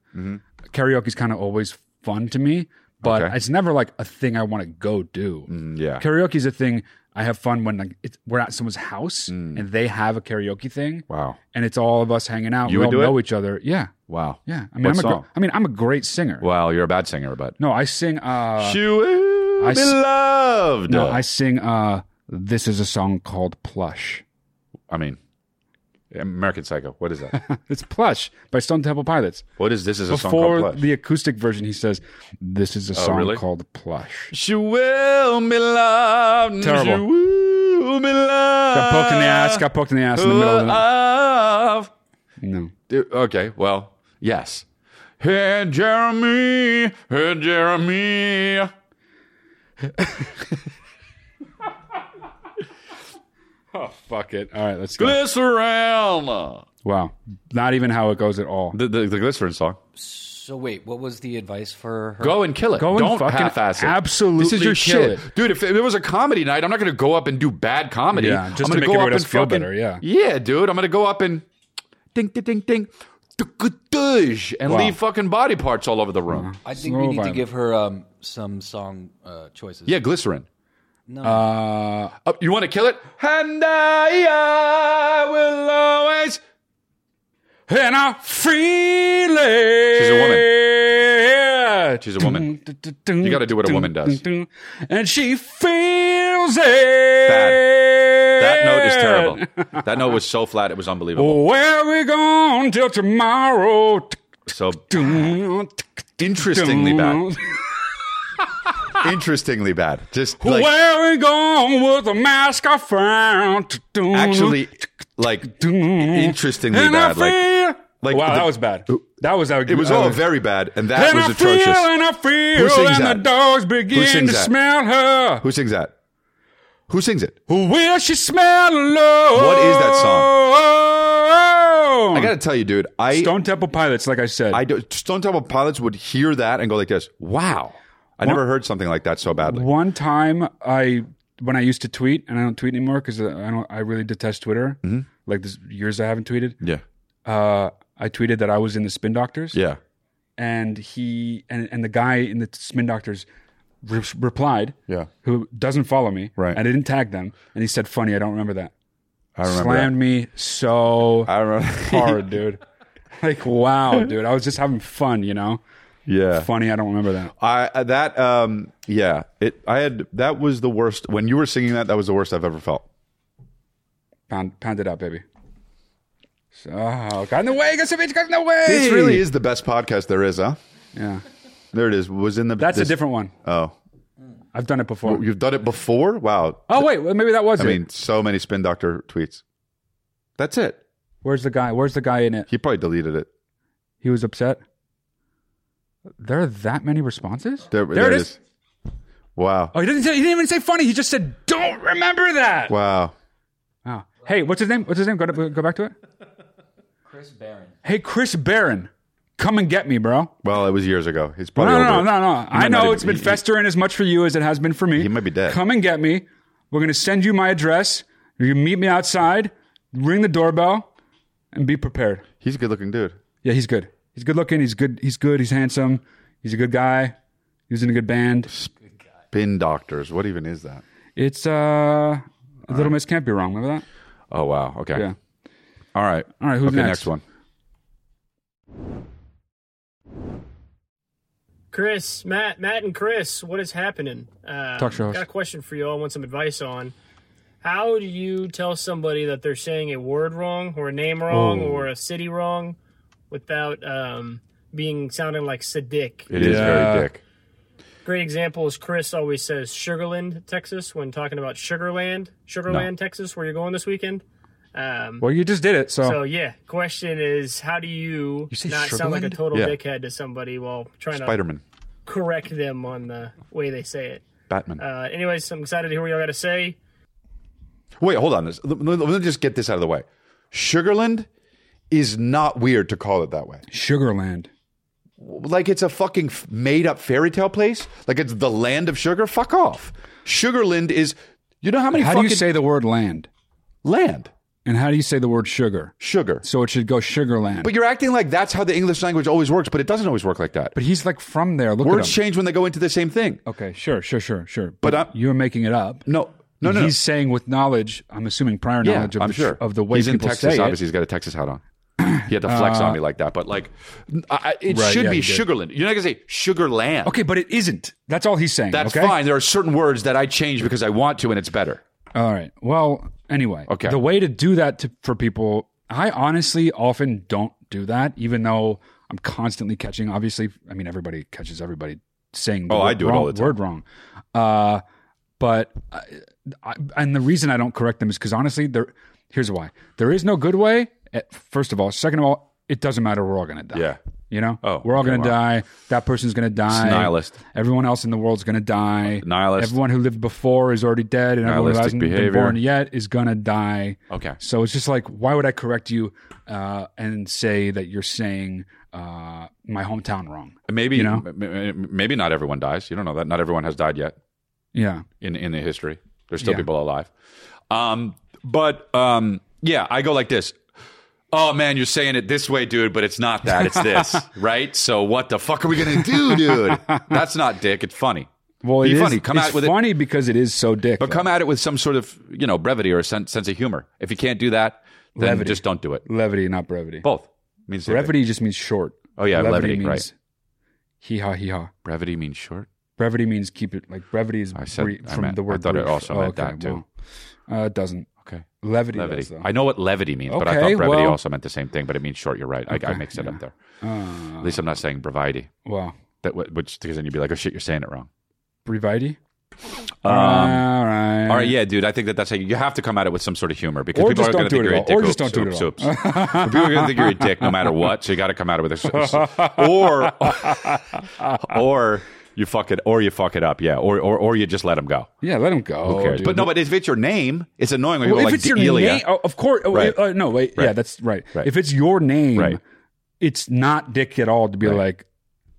[SPEAKER 1] karaoke's kind of always fun to me. But
[SPEAKER 3] Mm-hmm. Okay. Mm,
[SPEAKER 1] it's never like a thing I want to go do.
[SPEAKER 3] yeah.
[SPEAKER 1] karaoke's a thing I have fun when like it's, we're at someone's house and they have a karaoke thing.
[SPEAKER 3] Mm. Wow.
[SPEAKER 1] And it's all of us hanging out.
[SPEAKER 3] You
[SPEAKER 1] we
[SPEAKER 3] would
[SPEAKER 1] all
[SPEAKER 3] do
[SPEAKER 1] know
[SPEAKER 3] it?
[SPEAKER 1] each other. Yeah,
[SPEAKER 3] Wow.
[SPEAKER 1] yeah. I mean,
[SPEAKER 3] What
[SPEAKER 1] I'm a
[SPEAKER 3] song?
[SPEAKER 1] gr- I mean, I'm a great singer.
[SPEAKER 3] Well, you're a bad singer, but
[SPEAKER 1] No, I sing. Uh,
[SPEAKER 3] she will
[SPEAKER 1] I
[SPEAKER 3] be
[SPEAKER 1] s-
[SPEAKER 3] loved.
[SPEAKER 1] no, I sing. Uh, this is a song called Plush. (laughs)
[SPEAKER 3] I mean, American Psycho. What is that?
[SPEAKER 1] It's Plush by Stone Temple Pilots.
[SPEAKER 3] what is this? Is a
[SPEAKER 1] Before
[SPEAKER 3] song called Plush.
[SPEAKER 1] the acoustic version, he says, "This is a song
[SPEAKER 3] really?
[SPEAKER 1] called Plush."
[SPEAKER 3] She will be loved.
[SPEAKER 1] Terrible.
[SPEAKER 3] She will be loved.
[SPEAKER 1] Got poked in the ass. Got poked in the ass in the middle of the night.
[SPEAKER 3] Of-
[SPEAKER 1] No.
[SPEAKER 3] Dude, okay, well, yes. Hey, Jeremy. Hey, Jeremy.
[SPEAKER 1] Fuck it. All right, let's go.
[SPEAKER 3] Glycerin.
[SPEAKER 1] Wow. Not even how it goes at all.
[SPEAKER 3] The, the, the glycerin song.
[SPEAKER 4] So wait, what was the advice for her?
[SPEAKER 3] Go and kill it.
[SPEAKER 1] Go and
[SPEAKER 3] Don't
[SPEAKER 1] fucking
[SPEAKER 3] half-ass it.
[SPEAKER 1] absolutely
[SPEAKER 3] this is your
[SPEAKER 1] kill
[SPEAKER 3] shit,
[SPEAKER 1] it.
[SPEAKER 3] dude. If it was a comedy night, I'm not going to go up and do bad comedy.
[SPEAKER 1] Yeah, just
[SPEAKER 3] I'm gonna
[SPEAKER 1] to make
[SPEAKER 3] go up
[SPEAKER 1] everyone else
[SPEAKER 3] and
[SPEAKER 1] feel
[SPEAKER 3] fucking-
[SPEAKER 1] better, yeah.
[SPEAKER 3] yeah, dude. I'm going to go up and ding, ding, ding, ding, dush, and
[SPEAKER 1] Wow.
[SPEAKER 3] leave fucking body parts all over the room.
[SPEAKER 4] I think
[SPEAKER 1] Slow
[SPEAKER 4] we need to
[SPEAKER 1] violin.
[SPEAKER 4] give her um, some song uh, choices.
[SPEAKER 3] Yeah, glycerin.
[SPEAKER 4] No.
[SPEAKER 1] Uh,
[SPEAKER 3] Uh, you want to kill it? And I, I will always.
[SPEAKER 1] and I freely.
[SPEAKER 3] She's a woman. She's a woman.
[SPEAKER 1] You
[SPEAKER 3] gotta do what a woman does.
[SPEAKER 1] And she feels it. Bad.
[SPEAKER 3] That note is
[SPEAKER 1] (laughs)
[SPEAKER 3] terrible. That note was so flat, it was unbelievable.
[SPEAKER 1] Where we gone till tomorrow?
[SPEAKER 3] So interestingly bad.
[SPEAKER 1] (laughs)
[SPEAKER 3] Interestingly bad. Just like,
[SPEAKER 1] Where we gone with the mask I found?
[SPEAKER 3] actually, like interestingly
[SPEAKER 1] and I
[SPEAKER 3] bad. Like
[SPEAKER 1] feel-
[SPEAKER 3] like
[SPEAKER 1] wow,
[SPEAKER 3] the-
[SPEAKER 1] that was bad. That was
[SPEAKER 3] it was all very bad, and that
[SPEAKER 1] and
[SPEAKER 3] was
[SPEAKER 1] I
[SPEAKER 3] atrocious.
[SPEAKER 1] feel and I
[SPEAKER 3] Who
[SPEAKER 1] feel
[SPEAKER 3] sings
[SPEAKER 1] and
[SPEAKER 3] that?
[SPEAKER 1] the dogs
[SPEAKER 3] Who
[SPEAKER 1] begin
[SPEAKER 3] sings
[SPEAKER 1] to
[SPEAKER 3] that?
[SPEAKER 1] smell her.
[SPEAKER 3] Who sings that? Who sings it?
[SPEAKER 1] Who will she smell alone?
[SPEAKER 3] What is that
[SPEAKER 1] song?
[SPEAKER 3] I gotta tell you, dude. I
[SPEAKER 1] Oh. Stone Temple Pilots, like I said.
[SPEAKER 3] I do, Stone Temple Pilots would hear that and go like this. Wow, I never heard something like that so badly.
[SPEAKER 1] One time, I when I used to tweet, and I don't tweet anymore because I don't. I really detest Twitter.
[SPEAKER 3] Mm-hmm.
[SPEAKER 1] Like this years I haven't tweeted.
[SPEAKER 3] Yeah,
[SPEAKER 1] Uh, I tweeted that I was in the Spin Doctors.
[SPEAKER 3] yeah.
[SPEAKER 1] and he and, and the guy in the spin doctors re- replied
[SPEAKER 3] Yeah.
[SPEAKER 1] who doesn't follow me
[SPEAKER 3] Right.
[SPEAKER 1] i didn't tag them and he said funny i don't remember that
[SPEAKER 3] I remember.
[SPEAKER 1] slammed me so
[SPEAKER 3] that. I remember.
[SPEAKER 1] (laughs)
[SPEAKER 3] (laughs)
[SPEAKER 1] hard dude like wow dude i was just having fun you know
[SPEAKER 3] yeah.
[SPEAKER 1] funny i don't remember that
[SPEAKER 3] I uh, that um yeah it I had that was the worst when you were singing that that was the worst I've ever felt.
[SPEAKER 1] pound pound it out baby so got in the way got got in the way
[SPEAKER 3] This really is the best podcast there is, huh?
[SPEAKER 1] yeah
[SPEAKER 3] There it is. Was in the
[SPEAKER 1] that's
[SPEAKER 3] this-
[SPEAKER 1] a different one
[SPEAKER 3] Oh,
[SPEAKER 1] i've done it before
[SPEAKER 3] you've done it before? Wow.
[SPEAKER 1] oh wait well, maybe that was
[SPEAKER 3] I
[SPEAKER 1] it
[SPEAKER 3] mean, so many spin doctor tweets. That's it.
[SPEAKER 1] where's the guy where's the guy in it
[SPEAKER 3] He probably deleted it.
[SPEAKER 1] he was upset there are that many responses
[SPEAKER 3] There, there it is. Wow.
[SPEAKER 1] Oh, he didn't. Say, he didn't even say funny. He just said, "Don't remember that."
[SPEAKER 3] Wow.
[SPEAKER 1] Wow. Hey, what's his name? What's his name? Go, to, go back to it.
[SPEAKER 4] Chris Barron.
[SPEAKER 1] Hey, Chris Barron, come and get me, bro.
[SPEAKER 3] Well, it was years ago. He's
[SPEAKER 1] No,
[SPEAKER 3] probably
[SPEAKER 1] no,
[SPEAKER 3] over it.
[SPEAKER 1] no, no, no.
[SPEAKER 3] He
[SPEAKER 1] I
[SPEAKER 3] might not
[SPEAKER 1] know
[SPEAKER 3] even-
[SPEAKER 1] it's been
[SPEAKER 3] he- he-
[SPEAKER 1] festering as much for you as it has been for me.
[SPEAKER 3] He might be dead.
[SPEAKER 1] Come and get me. We're gonna send you my address. You meet me outside, ring the doorbell, and be prepared.
[SPEAKER 3] He's a good looking dude.
[SPEAKER 1] Yeah, he's good. He's good looking. He's good. He's good. He's handsome. He's a good guy. He was in a good band.
[SPEAKER 3] Spin doctors. What even is that?
[SPEAKER 1] It's uh, Little Miss Can't Be Wrong. Remember that?
[SPEAKER 3] Oh wow. Okay.
[SPEAKER 1] Yeah.
[SPEAKER 3] All right.
[SPEAKER 1] All right, who's
[SPEAKER 3] okay,
[SPEAKER 1] next?
[SPEAKER 3] one?
[SPEAKER 10] Chris, Matt, Matt, and Chris, what is happening? Uh,
[SPEAKER 1] Talk show host.
[SPEAKER 10] Got a question for you all. I want some advice on. How do you tell somebody that they're saying a word wrong or a name wrong
[SPEAKER 1] Oh.
[SPEAKER 10] or a city wrong without um, being sounding like Sadiq?
[SPEAKER 3] It is
[SPEAKER 1] Yeah.
[SPEAKER 3] very dick.
[SPEAKER 10] Great example is Chris always says Sugarland, Texas, when talking about Sugarland, Sugarland, Texas, where you're going this weekend. Um,
[SPEAKER 1] Well, you just did it, so,
[SPEAKER 10] so yeah, question is, how do you,
[SPEAKER 1] Oh. You say
[SPEAKER 10] not sound like a
[SPEAKER 1] Sugarland?
[SPEAKER 10] total
[SPEAKER 3] Yeah.
[SPEAKER 10] dickhead to somebody while trying to
[SPEAKER 3] Spider-Man,
[SPEAKER 10] correct them on the way they say it?
[SPEAKER 3] Batman.
[SPEAKER 10] Uh, anyways, I'm excited to hear what y'all got to say.
[SPEAKER 3] Wait, hold on. This- Let let- let me just get this out of the way. Sugarland is not weird to call it that way.
[SPEAKER 1] Sugarland.
[SPEAKER 3] Like it's a fucking made up fairy tale place. Like it's the land of sugar. Fuck off. Sugarland is. You know how many
[SPEAKER 1] How do
[SPEAKER 3] fucking
[SPEAKER 1] you say the word land?
[SPEAKER 3] land
[SPEAKER 1] And how do you say the word sugar?
[SPEAKER 3] sugar?
[SPEAKER 1] So it should go Sugarland.
[SPEAKER 3] But you're acting like that's how the English language always works, but it doesn't always work like that.
[SPEAKER 1] But he's like from there. Look
[SPEAKER 3] Words
[SPEAKER 1] at him.
[SPEAKER 3] change when they go into the same thing.
[SPEAKER 1] okay, sure, sure, sure, sure.
[SPEAKER 3] But I-
[SPEAKER 1] you're making it up.
[SPEAKER 3] No, no, no. no.
[SPEAKER 1] He's saying with knowledge. I'm assuming prior
[SPEAKER 3] yeah,
[SPEAKER 1] knowledge of
[SPEAKER 3] I'm
[SPEAKER 1] the,
[SPEAKER 3] sure
[SPEAKER 1] of the way
[SPEAKER 3] he's in
[SPEAKER 1] people
[SPEAKER 3] Texas.
[SPEAKER 1] say
[SPEAKER 3] Obviously,
[SPEAKER 1] it. Uh,
[SPEAKER 3] he's got a Texas hat on. (clears throat) He had to flex on me like that, but like, I, I- it
[SPEAKER 1] Right,
[SPEAKER 3] should
[SPEAKER 1] yeah,
[SPEAKER 3] be
[SPEAKER 1] he did.
[SPEAKER 3] Sugarland. You're not gonna say Sugarland.
[SPEAKER 1] Okay, but it isn't. That's all he's saying.
[SPEAKER 3] That's
[SPEAKER 1] okay?
[SPEAKER 3] fine. There are certain words that I change because I want to, and it's better.
[SPEAKER 1] All right. Well, anyway,
[SPEAKER 3] Okay.
[SPEAKER 1] The way to do that to, for people, I honestly often don't do that, even though I'm constantly catching. Obviously, I mean everybody catches everybody saying. the
[SPEAKER 3] Oh,
[SPEAKER 1] word
[SPEAKER 3] I do it
[SPEAKER 1] wrong,
[SPEAKER 3] all the time.
[SPEAKER 1] Word wrong. Uh, but I, I, and the reason I don't correct them is because honestly, there. Here's why: there is no good way. eh, First of all, second of all, it doesn't matter. We're all gonna die.
[SPEAKER 3] Yeah.
[SPEAKER 1] You know,
[SPEAKER 3] Oh,
[SPEAKER 1] we're all
[SPEAKER 3] okay,
[SPEAKER 1] gonna
[SPEAKER 3] wow.
[SPEAKER 1] die. That person's gonna die.
[SPEAKER 3] nihilist.
[SPEAKER 1] Everyone else in the world's gonna die.
[SPEAKER 3] Nihilist.
[SPEAKER 1] Everyone who lived before is already dead, and everyone who
[SPEAKER 3] Nihilistic
[SPEAKER 1] hasn't
[SPEAKER 3] behavior. Oh.
[SPEAKER 1] been born yet is gonna die.
[SPEAKER 3] Okay.
[SPEAKER 1] So it's just like, why would I correct you uh, and say that you're saying uh, my hometown wrong?
[SPEAKER 3] Maybe
[SPEAKER 1] You know?
[SPEAKER 3] m- m- maybe not everyone dies. You don't know that. Not everyone has died yet
[SPEAKER 1] Yeah.
[SPEAKER 3] in in the history. There's still
[SPEAKER 1] Yeah.
[SPEAKER 3] people alive. Um, but um, yeah, I go like this. Oh man, you're saying it this way, dude, but it's not that. It's
[SPEAKER 1] (laughs)
[SPEAKER 3] this, right? So what the fuck are we gonna do, dude? That's not dick. It's funny.
[SPEAKER 1] Well,
[SPEAKER 3] Be
[SPEAKER 1] it is-
[SPEAKER 3] funny. Come
[SPEAKER 1] it's
[SPEAKER 3] out with it.
[SPEAKER 1] funny because it is so dick.
[SPEAKER 3] But
[SPEAKER 1] though.
[SPEAKER 3] come at it with some sort of you know brevity or a sense, sense of humor. If you can't do that, then
[SPEAKER 1] Levity.
[SPEAKER 3] just don't do it.
[SPEAKER 1] levity, not brevity.
[SPEAKER 3] Both means the same thing.
[SPEAKER 1] brevity just means short.
[SPEAKER 3] Oh, yeah, levity,
[SPEAKER 1] means
[SPEAKER 3] right.
[SPEAKER 1] hee ha hee ha.
[SPEAKER 3] Brevity means short.
[SPEAKER 1] Brevity means keep it like brevity is
[SPEAKER 3] I said-
[SPEAKER 1] brief,
[SPEAKER 3] I
[SPEAKER 1] from
[SPEAKER 3] meant-
[SPEAKER 1] the
[SPEAKER 3] I
[SPEAKER 1] word.
[SPEAKER 3] thought it
[SPEAKER 1] brief. Oh,
[SPEAKER 3] also meant that, too.
[SPEAKER 1] well, uh, it doesn't.
[SPEAKER 3] Okay.
[SPEAKER 1] Levity,
[SPEAKER 3] Levity.
[SPEAKER 1] does, though.
[SPEAKER 3] I know what levity means, but I
[SPEAKER 1] Okay,
[SPEAKER 3] thought brevity
[SPEAKER 1] well-
[SPEAKER 3] also meant the same thing. But it means short. You're right. I, I mixed it up there.
[SPEAKER 1] Ah.
[SPEAKER 3] At least I'm not saying brevity.
[SPEAKER 1] well,
[SPEAKER 3] That wh- which because then you'd be like, oh shit, you're saying it wrong.
[SPEAKER 1] brevity.
[SPEAKER 3] Um,
[SPEAKER 1] all right.
[SPEAKER 3] All right, yeah, dude. I think that that's how you, you have to come at it with some sort of humor because
[SPEAKER 1] Or
[SPEAKER 3] people
[SPEAKER 1] just
[SPEAKER 3] are going to
[SPEAKER 1] don't do
[SPEAKER 3] think
[SPEAKER 1] it
[SPEAKER 3] you're a
[SPEAKER 1] at
[SPEAKER 3] dick.
[SPEAKER 1] all. Or just
[SPEAKER 3] Oops,
[SPEAKER 1] don't
[SPEAKER 3] oops,
[SPEAKER 1] do it
[SPEAKER 3] oops. (laughs) people are going to think you're a dick no matter what. So you got to come at it with
[SPEAKER 1] (laughs)
[SPEAKER 3] a or or you fuck it or you fuck it up. Yeah, or or, or you just let them go.
[SPEAKER 1] Yeah, let him go.
[SPEAKER 3] Who cares?
[SPEAKER 1] dude.
[SPEAKER 3] But no, but if it's your name, it's annoying when
[SPEAKER 1] Well,
[SPEAKER 3] people
[SPEAKER 1] if
[SPEAKER 3] like
[SPEAKER 1] it's your
[SPEAKER 3] Ilya.
[SPEAKER 1] name, oh, of course. oh,
[SPEAKER 3] Right.
[SPEAKER 1] uh, no, wait. Yeah,
[SPEAKER 3] Right.
[SPEAKER 1] that's right.
[SPEAKER 3] Right.
[SPEAKER 1] If it's your name,
[SPEAKER 3] Right.
[SPEAKER 1] it's not dick at all to be
[SPEAKER 3] Right.
[SPEAKER 1] like.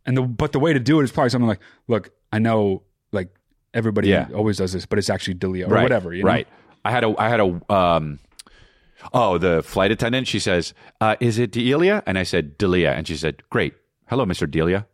[SPEAKER 1] And the but the way to do it is probably something like, look, I know like everybody
[SPEAKER 3] Yeah.
[SPEAKER 1] always does this, but it's actually Delia or
[SPEAKER 3] right,
[SPEAKER 1] whatever. You know?
[SPEAKER 3] Right. I had a I had a um oh the flight attendant. She says, uh, "Is it Delia?" And I said, "Delia," and she said, "Great, hello, Mister Delia."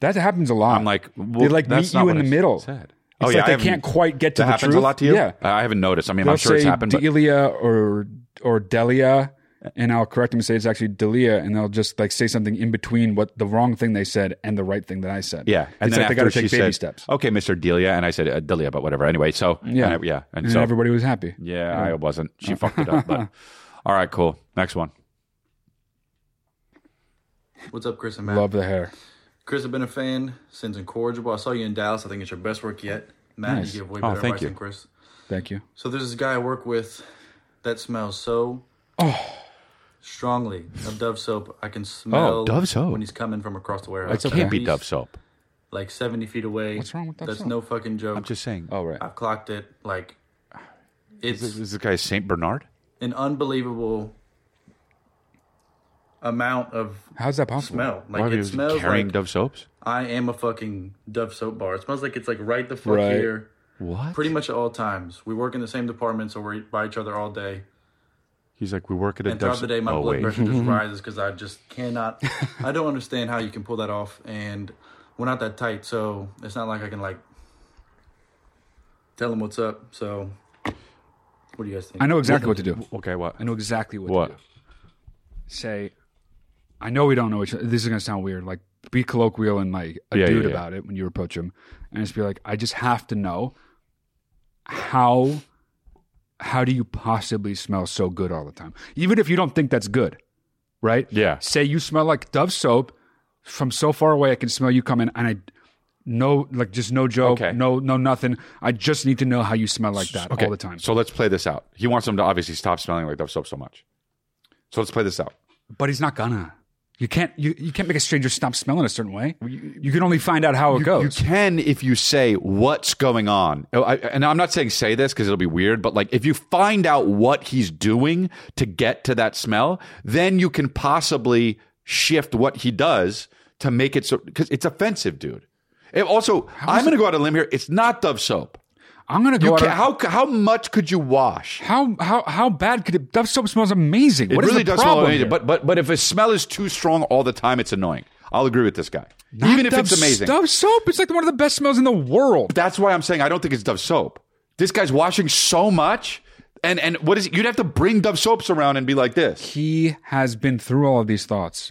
[SPEAKER 1] That happens a lot.
[SPEAKER 3] I'm like, well,
[SPEAKER 1] they like
[SPEAKER 3] that's
[SPEAKER 1] meet
[SPEAKER 3] not
[SPEAKER 1] you
[SPEAKER 3] what
[SPEAKER 1] in the
[SPEAKER 3] I
[SPEAKER 1] middle.
[SPEAKER 3] said.
[SPEAKER 1] It's
[SPEAKER 3] oh yeah,
[SPEAKER 1] like
[SPEAKER 3] I
[SPEAKER 1] they
[SPEAKER 3] haven't-
[SPEAKER 1] can't quite get to
[SPEAKER 3] that
[SPEAKER 1] the
[SPEAKER 3] happens
[SPEAKER 1] truth.
[SPEAKER 3] a lot to you.
[SPEAKER 1] Yeah.
[SPEAKER 3] I haven't noticed. I mean,
[SPEAKER 1] They'll
[SPEAKER 3] I'm sure it's
[SPEAKER 1] say
[SPEAKER 3] happened, but
[SPEAKER 1] Delia or or Delia, and I'll correct them and say it's actually Delia, and they'll just like say something in between what the wrong thing they said and the right thing that I said.
[SPEAKER 3] yeah. And then
[SPEAKER 1] it's like they
[SPEAKER 3] after
[SPEAKER 1] got to
[SPEAKER 3] she
[SPEAKER 1] take baby
[SPEAKER 3] said,
[SPEAKER 1] steps.
[SPEAKER 3] Okay, Mister Delia, and I said uh, Delia, but whatever. Anyway, so
[SPEAKER 1] Yeah,
[SPEAKER 3] and I- yeah, and,
[SPEAKER 1] and
[SPEAKER 3] so
[SPEAKER 1] everybody Oh. was happy.
[SPEAKER 3] yeah, I wasn't. She fucked it up.
[SPEAKER 1] (laughs)
[SPEAKER 3] But all right, cool. Next one.
[SPEAKER 11] What's up, Chris and Matt?
[SPEAKER 1] Love the hair.
[SPEAKER 11] Chris, I've been a fan since Incorrigible. I saw you in Dallas. I think it's your best work yet. Matt,
[SPEAKER 1] Nice.
[SPEAKER 11] you give way
[SPEAKER 3] Oh,
[SPEAKER 11] better
[SPEAKER 3] thank
[SPEAKER 11] advice
[SPEAKER 3] you.
[SPEAKER 11] than Chris.
[SPEAKER 1] Thank you.
[SPEAKER 11] So there's this guy I work with that smells so
[SPEAKER 3] Oh.
[SPEAKER 11] strongly of Dove soap. I can smell
[SPEAKER 3] Dove soap.
[SPEAKER 11] when he's coming from across the warehouse.
[SPEAKER 3] It
[SPEAKER 1] okay.
[SPEAKER 3] can't be
[SPEAKER 11] He's,
[SPEAKER 3] Dove soap.
[SPEAKER 11] Like 70 feet away.
[SPEAKER 1] What's wrong with Dove
[SPEAKER 11] That's
[SPEAKER 1] soap?
[SPEAKER 11] no fucking joke.
[SPEAKER 3] I'm just saying.
[SPEAKER 1] All right.
[SPEAKER 11] I've clocked it. Like, it's
[SPEAKER 3] Is this guy Saint Bernard?
[SPEAKER 11] an unbelievable amount of
[SPEAKER 1] How's that possible?
[SPEAKER 11] smell. Like,
[SPEAKER 3] Why are
[SPEAKER 11] it
[SPEAKER 3] you
[SPEAKER 11] smells
[SPEAKER 3] carrying
[SPEAKER 11] like
[SPEAKER 3] Dove soaps?
[SPEAKER 11] I am a fucking Dove soap bar. It smells like it's like right the fuck
[SPEAKER 1] Right.
[SPEAKER 11] here.
[SPEAKER 3] What?
[SPEAKER 11] Pretty much at all times. We work in the same department, so we're by each other all day.
[SPEAKER 3] He's like, we work at a
[SPEAKER 11] and throughout
[SPEAKER 3] Dutch-
[SPEAKER 11] the day, my
[SPEAKER 3] oh,
[SPEAKER 11] blood
[SPEAKER 3] wait.
[SPEAKER 11] pressure
[SPEAKER 1] (laughs)
[SPEAKER 11] just rises because I just cannot. I don't understand how you can pull that off, and we're not that tight, so it's not like I can like tell him what's up. So, what do you guys think?
[SPEAKER 1] I know exactly what to do.
[SPEAKER 3] Okay, what?
[SPEAKER 1] I know exactly what,
[SPEAKER 3] What?
[SPEAKER 1] to do. Say, I know we don't know each other. This is going to sound weird. Like, be colloquial and like a
[SPEAKER 3] Yeah, yeah,
[SPEAKER 1] dude
[SPEAKER 3] yeah.
[SPEAKER 1] about it when you approach him. And just be like, I just have to know how how do you possibly smell so good all the time? Even if you don't think that's good, right?
[SPEAKER 3] Yeah.
[SPEAKER 1] Say you smell like Dove soap from so far away, I can smell you coming, and I no like just no joke, no no nothing. I just need to know how you smell like that all the time.
[SPEAKER 3] So let's play this out. He wants him to obviously stop smelling like Dove soap so much. So let's play this out.
[SPEAKER 1] But he's not gonna. You can't. You, you can't make a stranger stop smelling a certain way. You can only find out how Oh, it goes.
[SPEAKER 3] You can if you say what's going on. Oh, I- and I'm not saying say this because it'll be weird, but like if you find out what he's doing to get to that smell, then you can possibly shift what he does to make it so because it's offensive, dude. And also, I'm going to go out on a limb here. It's not Dove soap.
[SPEAKER 1] I'm going to
[SPEAKER 3] You
[SPEAKER 1] go out.
[SPEAKER 3] can't-
[SPEAKER 1] on-
[SPEAKER 3] how how much could you wash?
[SPEAKER 1] How how how bad could it? Dove soap smells amazing.
[SPEAKER 3] It
[SPEAKER 1] What is
[SPEAKER 3] really
[SPEAKER 1] the
[SPEAKER 3] does smell
[SPEAKER 1] problem
[SPEAKER 3] amazing,
[SPEAKER 1] here?
[SPEAKER 3] but but but if a smell is too strong all the time, it's annoying. I'll agree with this guy,
[SPEAKER 1] Not
[SPEAKER 3] even if
[SPEAKER 1] Dove
[SPEAKER 3] it's amazing.
[SPEAKER 1] Dove soap. It's like one of the best smells in the world.
[SPEAKER 3] That's why I'm saying I don't think it's Dove soap. This guy's washing so much, and and what is it? You'd have to bring Dove soaps around and be like this.
[SPEAKER 1] He has been through all of these thoughts.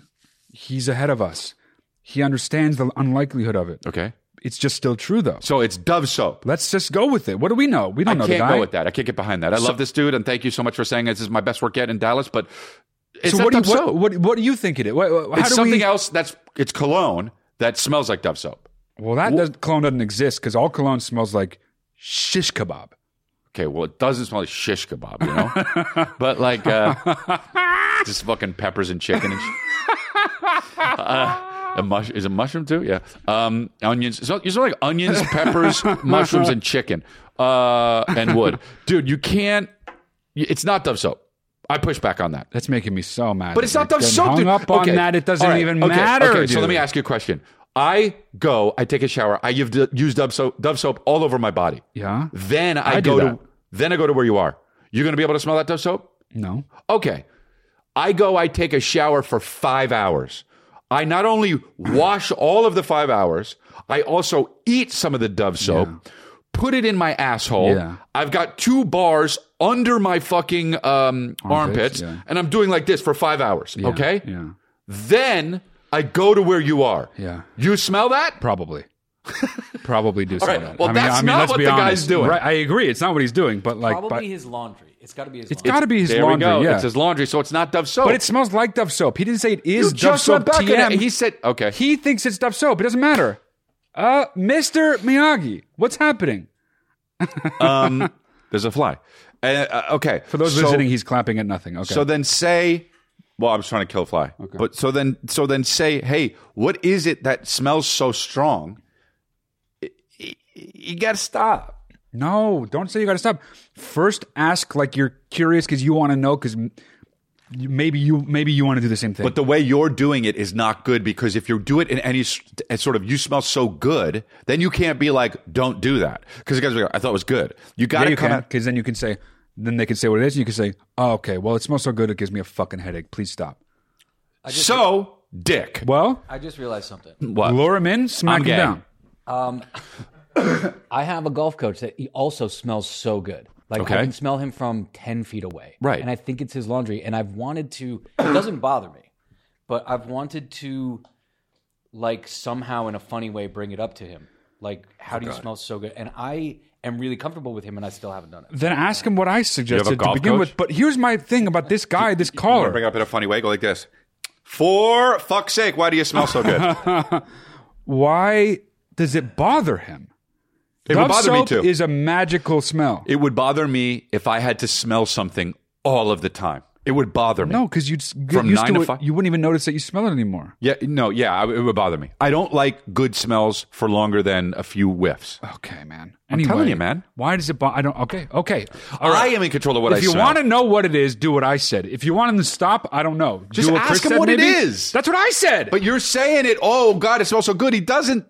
[SPEAKER 1] He's ahead of us. He understands the unlikelihood of it.
[SPEAKER 3] Okay.
[SPEAKER 1] It's just still true though.
[SPEAKER 3] So it's Dove soap.
[SPEAKER 1] Let's just go with it. What do we know? We don't
[SPEAKER 3] I
[SPEAKER 1] know the
[SPEAKER 3] can't
[SPEAKER 1] guy.
[SPEAKER 3] go with that. I can't get behind that. I
[SPEAKER 1] So-
[SPEAKER 3] love this dude, and thank you so much for saying this is my best work yet in Dallas. But it's
[SPEAKER 1] so
[SPEAKER 3] not
[SPEAKER 1] what do, you,
[SPEAKER 3] Dove soap.
[SPEAKER 1] what, what, what do you think it is? What, what- how
[SPEAKER 3] it's
[SPEAKER 1] do
[SPEAKER 3] something
[SPEAKER 1] we,
[SPEAKER 3] else. That's it's cologne that smells like Dove soap.
[SPEAKER 1] Well, that does, cologne doesn't exist because all cologne smells like shish kebab.
[SPEAKER 3] Okay, well, it doesn't smell like shish kebab, you
[SPEAKER 1] (laughs)
[SPEAKER 3] know, but like uh, just fucking peppers and chicken and. Sh- uh, a mush is it mushroom too? Yeah, um, onions. So, you smell like onions,
[SPEAKER 1] (laughs)
[SPEAKER 3] peppers, mushrooms, and chicken, uh, and wood, dude. You can't. y- It's not Dove soap. I push back on that.
[SPEAKER 1] That's making me so mad.
[SPEAKER 3] But it's not Dove
[SPEAKER 1] You're getting
[SPEAKER 3] soap,
[SPEAKER 1] hung
[SPEAKER 3] dude.
[SPEAKER 1] up on
[SPEAKER 3] Okay.
[SPEAKER 1] that. It doesn't
[SPEAKER 3] All right.
[SPEAKER 1] even
[SPEAKER 3] Okay.
[SPEAKER 1] matter.
[SPEAKER 3] Okay, so let me
[SPEAKER 1] dude.
[SPEAKER 3] ask you a question. I go, I take a shower, I use use Dove soap, Dove soap all over my body.
[SPEAKER 1] Yeah.
[SPEAKER 3] Then I,
[SPEAKER 1] I do
[SPEAKER 3] go to
[SPEAKER 1] that.
[SPEAKER 3] then I go to where you are. You're gonna be able to smell that Dove soap?
[SPEAKER 1] No.
[SPEAKER 3] Okay. I go, I take a shower for five hours. I not only wash all of the five hours, I also eat some of the Dove soap, put it in my asshole.
[SPEAKER 1] Yeah.
[SPEAKER 3] I've got two bars under my fucking um, armpits,
[SPEAKER 1] yeah.
[SPEAKER 3] and I'm doing like this for five hours.
[SPEAKER 1] Yeah,
[SPEAKER 3] Okay.
[SPEAKER 1] Yeah.
[SPEAKER 3] Then I go to where you are.
[SPEAKER 1] Yeah.
[SPEAKER 3] You smell that?
[SPEAKER 1] Probably. Probably do
[SPEAKER 3] All right.
[SPEAKER 1] something.
[SPEAKER 3] Well, that's not what the guy's doing.
[SPEAKER 1] Right. I agree. It's not what he's doing, but like,
[SPEAKER 4] Probably
[SPEAKER 1] but,
[SPEAKER 4] his laundry. It's got to be his.
[SPEAKER 1] It's
[SPEAKER 4] laundry.
[SPEAKER 1] got to be his
[SPEAKER 3] there
[SPEAKER 1] laundry.
[SPEAKER 3] we go.
[SPEAKER 1] Yeah.
[SPEAKER 3] It's his laundry, so it's not Dove soap.
[SPEAKER 1] but it smells like Dove soap. He didn't say it
[SPEAKER 3] you
[SPEAKER 1] is Dove
[SPEAKER 3] just
[SPEAKER 1] soap.
[SPEAKER 3] went back and
[SPEAKER 1] TM.
[SPEAKER 3] he said, "Okay."
[SPEAKER 1] he thinks it's Dove soap. It doesn't matter. Uh, Mr. Miyagi, what's happening?
[SPEAKER 3] um, there's a fly. Uh, uh, okay.
[SPEAKER 1] For those
[SPEAKER 3] so,
[SPEAKER 1] listening, he's clapping at nothing. Okay.
[SPEAKER 3] So then say, well, I was trying to kill a fly. Okay. But so then, so then say, hey, what is it that smells so strong? Y- y- You got to stop.
[SPEAKER 1] No, don't say you got to stop. First, ask like you're curious because you want to know because maybe you maybe you want to do the same thing.
[SPEAKER 3] But the way you're doing it is not good because if you do it in any s- as sort of you smell so good, then you can't be like, don't do that. Because the guys are like, I thought it was good. You got
[SPEAKER 1] yeah,
[SPEAKER 3] to
[SPEAKER 1] you
[SPEAKER 3] come
[SPEAKER 1] can
[SPEAKER 3] out.
[SPEAKER 1] because then you can say then they can say what it is and you can say oh, okay well it smells so good it gives me a fucking headache please stop.
[SPEAKER 3] So, dick.
[SPEAKER 1] Well,
[SPEAKER 4] I just realized something.
[SPEAKER 3] What?
[SPEAKER 1] lure him in,
[SPEAKER 3] I'm
[SPEAKER 1] smack him
[SPEAKER 3] gay.
[SPEAKER 1] down.
[SPEAKER 4] Um, I have a golf coach that he also smells so good. Like
[SPEAKER 3] Okay.
[SPEAKER 4] I can smell him from ten feet away.
[SPEAKER 3] Right.
[SPEAKER 4] And I think it's his laundry. And I've wanted to. It doesn't bother me, but I've wanted to, like somehow in a funny way, bring it up to him. Like, how do you smell so good? And I am really comfortable with him, and I still haven't done it.
[SPEAKER 1] Then ask him what I suggested to
[SPEAKER 3] golf
[SPEAKER 1] begin
[SPEAKER 3] coach?
[SPEAKER 1] with. But here's my thing about this guy, this
[SPEAKER 3] I'm gonna
[SPEAKER 1] caller.
[SPEAKER 3] bring it up in a funny way. Go like this. For fuck's sake, why do you smell so
[SPEAKER 1] (laughs)
[SPEAKER 3] good?
[SPEAKER 1] Why does it bother him?
[SPEAKER 3] It would
[SPEAKER 1] Dove
[SPEAKER 3] bother me
[SPEAKER 1] soap
[SPEAKER 3] too.
[SPEAKER 1] Is a magical smell.
[SPEAKER 3] It would bother me if I had to smell something all of the time. It would bother me.
[SPEAKER 1] No, because you'd s- get
[SPEAKER 3] From
[SPEAKER 1] used
[SPEAKER 3] nine
[SPEAKER 1] to
[SPEAKER 3] to
[SPEAKER 1] it.
[SPEAKER 3] five?
[SPEAKER 1] You wouldn't even notice that you smell it anymore.
[SPEAKER 3] Yeah, no, yeah, I- it would bother me. I don't like good smells for longer than a few whiffs.
[SPEAKER 1] Okay, man.
[SPEAKER 3] I'm
[SPEAKER 1] Anyway,
[SPEAKER 3] telling you, man.
[SPEAKER 1] Why does it bother? I don't. Okay, okay. All
[SPEAKER 3] I am in control of what
[SPEAKER 1] if
[SPEAKER 3] I
[SPEAKER 1] you
[SPEAKER 3] smell.
[SPEAKER 1] want to know what it is, do what I said. If you want him to stop, I don't know.
[SPEAKER 3] Just
[SPEAKER 1] do what
[SPEAKER 3] ask
[SPEAKER 1] Chris
[SPEAKER 3] him
[SPEAKER 1] said,
[SPEAKER 3] what it
[SPEAKER 1] maybe?
[SPEAKER 3] is.
[SPEAKER 1] That's what I said.
[SPEAKER 3] But you're saying it. Oh God, it smells so good. He doesn't.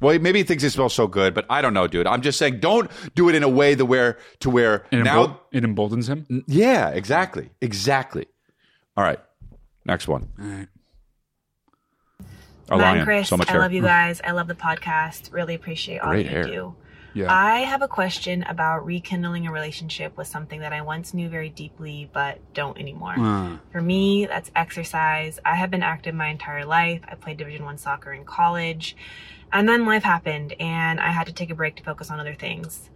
[SPEAKER 3] Well, maybe he thinks it smells so good, but I don't know, dude. I'm just saying, don't do it in a way the where to where
[SPEAKER 1] It,
[SPEAKER 3] now.
[SPEAKER 1] embold- it emboldens him.
[SPEAKER 3] yeah, exactly, exactly. All right, next one.
[SPEAKER 1] All right.
[SPEAKER 3] Our
[SPEAKER 12] Mine,
[SPEAKER 3] lion,
[SPEAKER 12] Chris.
[SPEAKER 3] so much
[SPEAKER 12] I
[SPEAKER 3] hair.
[SPEAKER 12] love you guys. I love the podcast. Really appreciate all
[SPEAKER 3] Great
[SPEAKER 12] you
[SPEAKER 3] hair.
[SPEAKER 12] do.
[SPEAKER 3] Yeah.
[SPEAKER 12] I have a question about rekindling a relationship with something that I once knew very deeply but don't anymore.
[SPEAKER 3] Uh.
[SPEAKER 13] Mm.
[SPEAKER 12] For me, that's exercise. I have been active my entire life. I played Division 1 soccer in college. And then life happened and I had to take a break to focus on other things.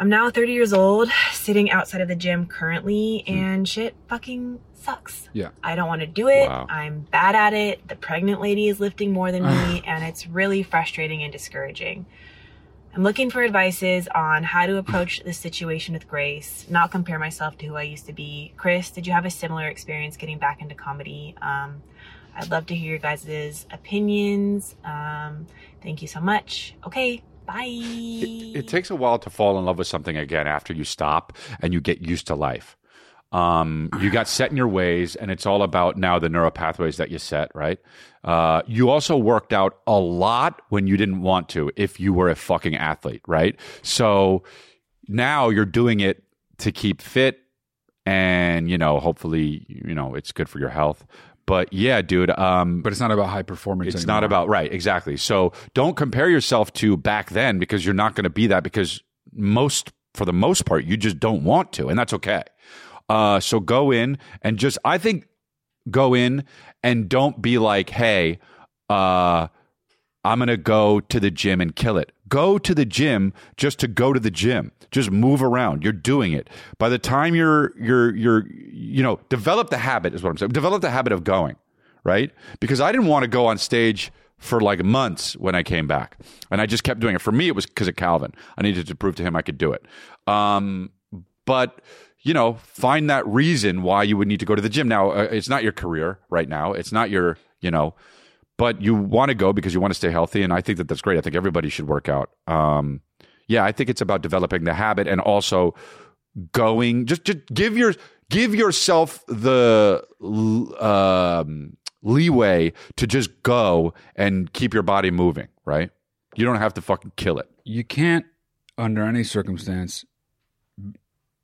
[SPEAKER 12] I'm now 30 years old, sitting outside of the gym currently,
[SPEAKER 3] Hmm.
[SPEAKER 12] and shit fucking sucks.
[SPEAKER 1] Yeah.
[SPEAKER 12] I don't want to do it.
[SPEAKER 1] Wow. (laughs)
[SPEAKER 12] I'm bad at it. The pregnant lady is lifting more than me, and it's really frustrating and discouraging. I'm looking for advices on how to approach this situation with grace, not compare myself to who I used to be. Chris, did you have a similar experience getting back into comedy? Um, I'd love to hear your guys' opinions. Um, thank you so much. Okay, bye.
[SPEAKER 3] it takes a while to fall in love with something again after you stop and you get used to life. Um, you got set in your ways, and it's all about now the neural pathways that you set, right? Uh, you also worked out a lot when you didn't want to, if you were a fucking athlete, right? So now you're doing it to keep fit, and you know, hopefully, you know, it's good for your health. But yeah, dude. Um,
[SPEAKER 1] but it's not about high performance.
[SPEAKER 3] It's
[SPEAKER 1] anymore.
[SPEAKER 3] not about right, exactly. So don't compare yourself to back then because you're not going to be that because most for the most part you just don't want to, and that's okay. Uh, so go in and just I think go in and don't be like, hey, uh, I'm going to go to the gym and kill it. Go to the gym just to go to the gym. Just move around. You're doing it. By the time you're you're you're you know, develop the habit is what I'm saying. Develop the habit of going, right? Because I didn't want to go on stage for like months when I came back. And I just kept doing it. For me it was because of Calvin. I needed to prove to him I could do it. Um but you know find that reason why you would need to go to the gym now uh, it's not your career right now it's not your you know but you want to go because you want to stay healthy and i think that that's great i think everybody should work out um yeah i think it's about developing the habit and also going just just give your give yourself the l- um leeway to just go and keep your body moving right you don't have to fucking kill it
[SPEAKER 1] you can't under any circumstance m-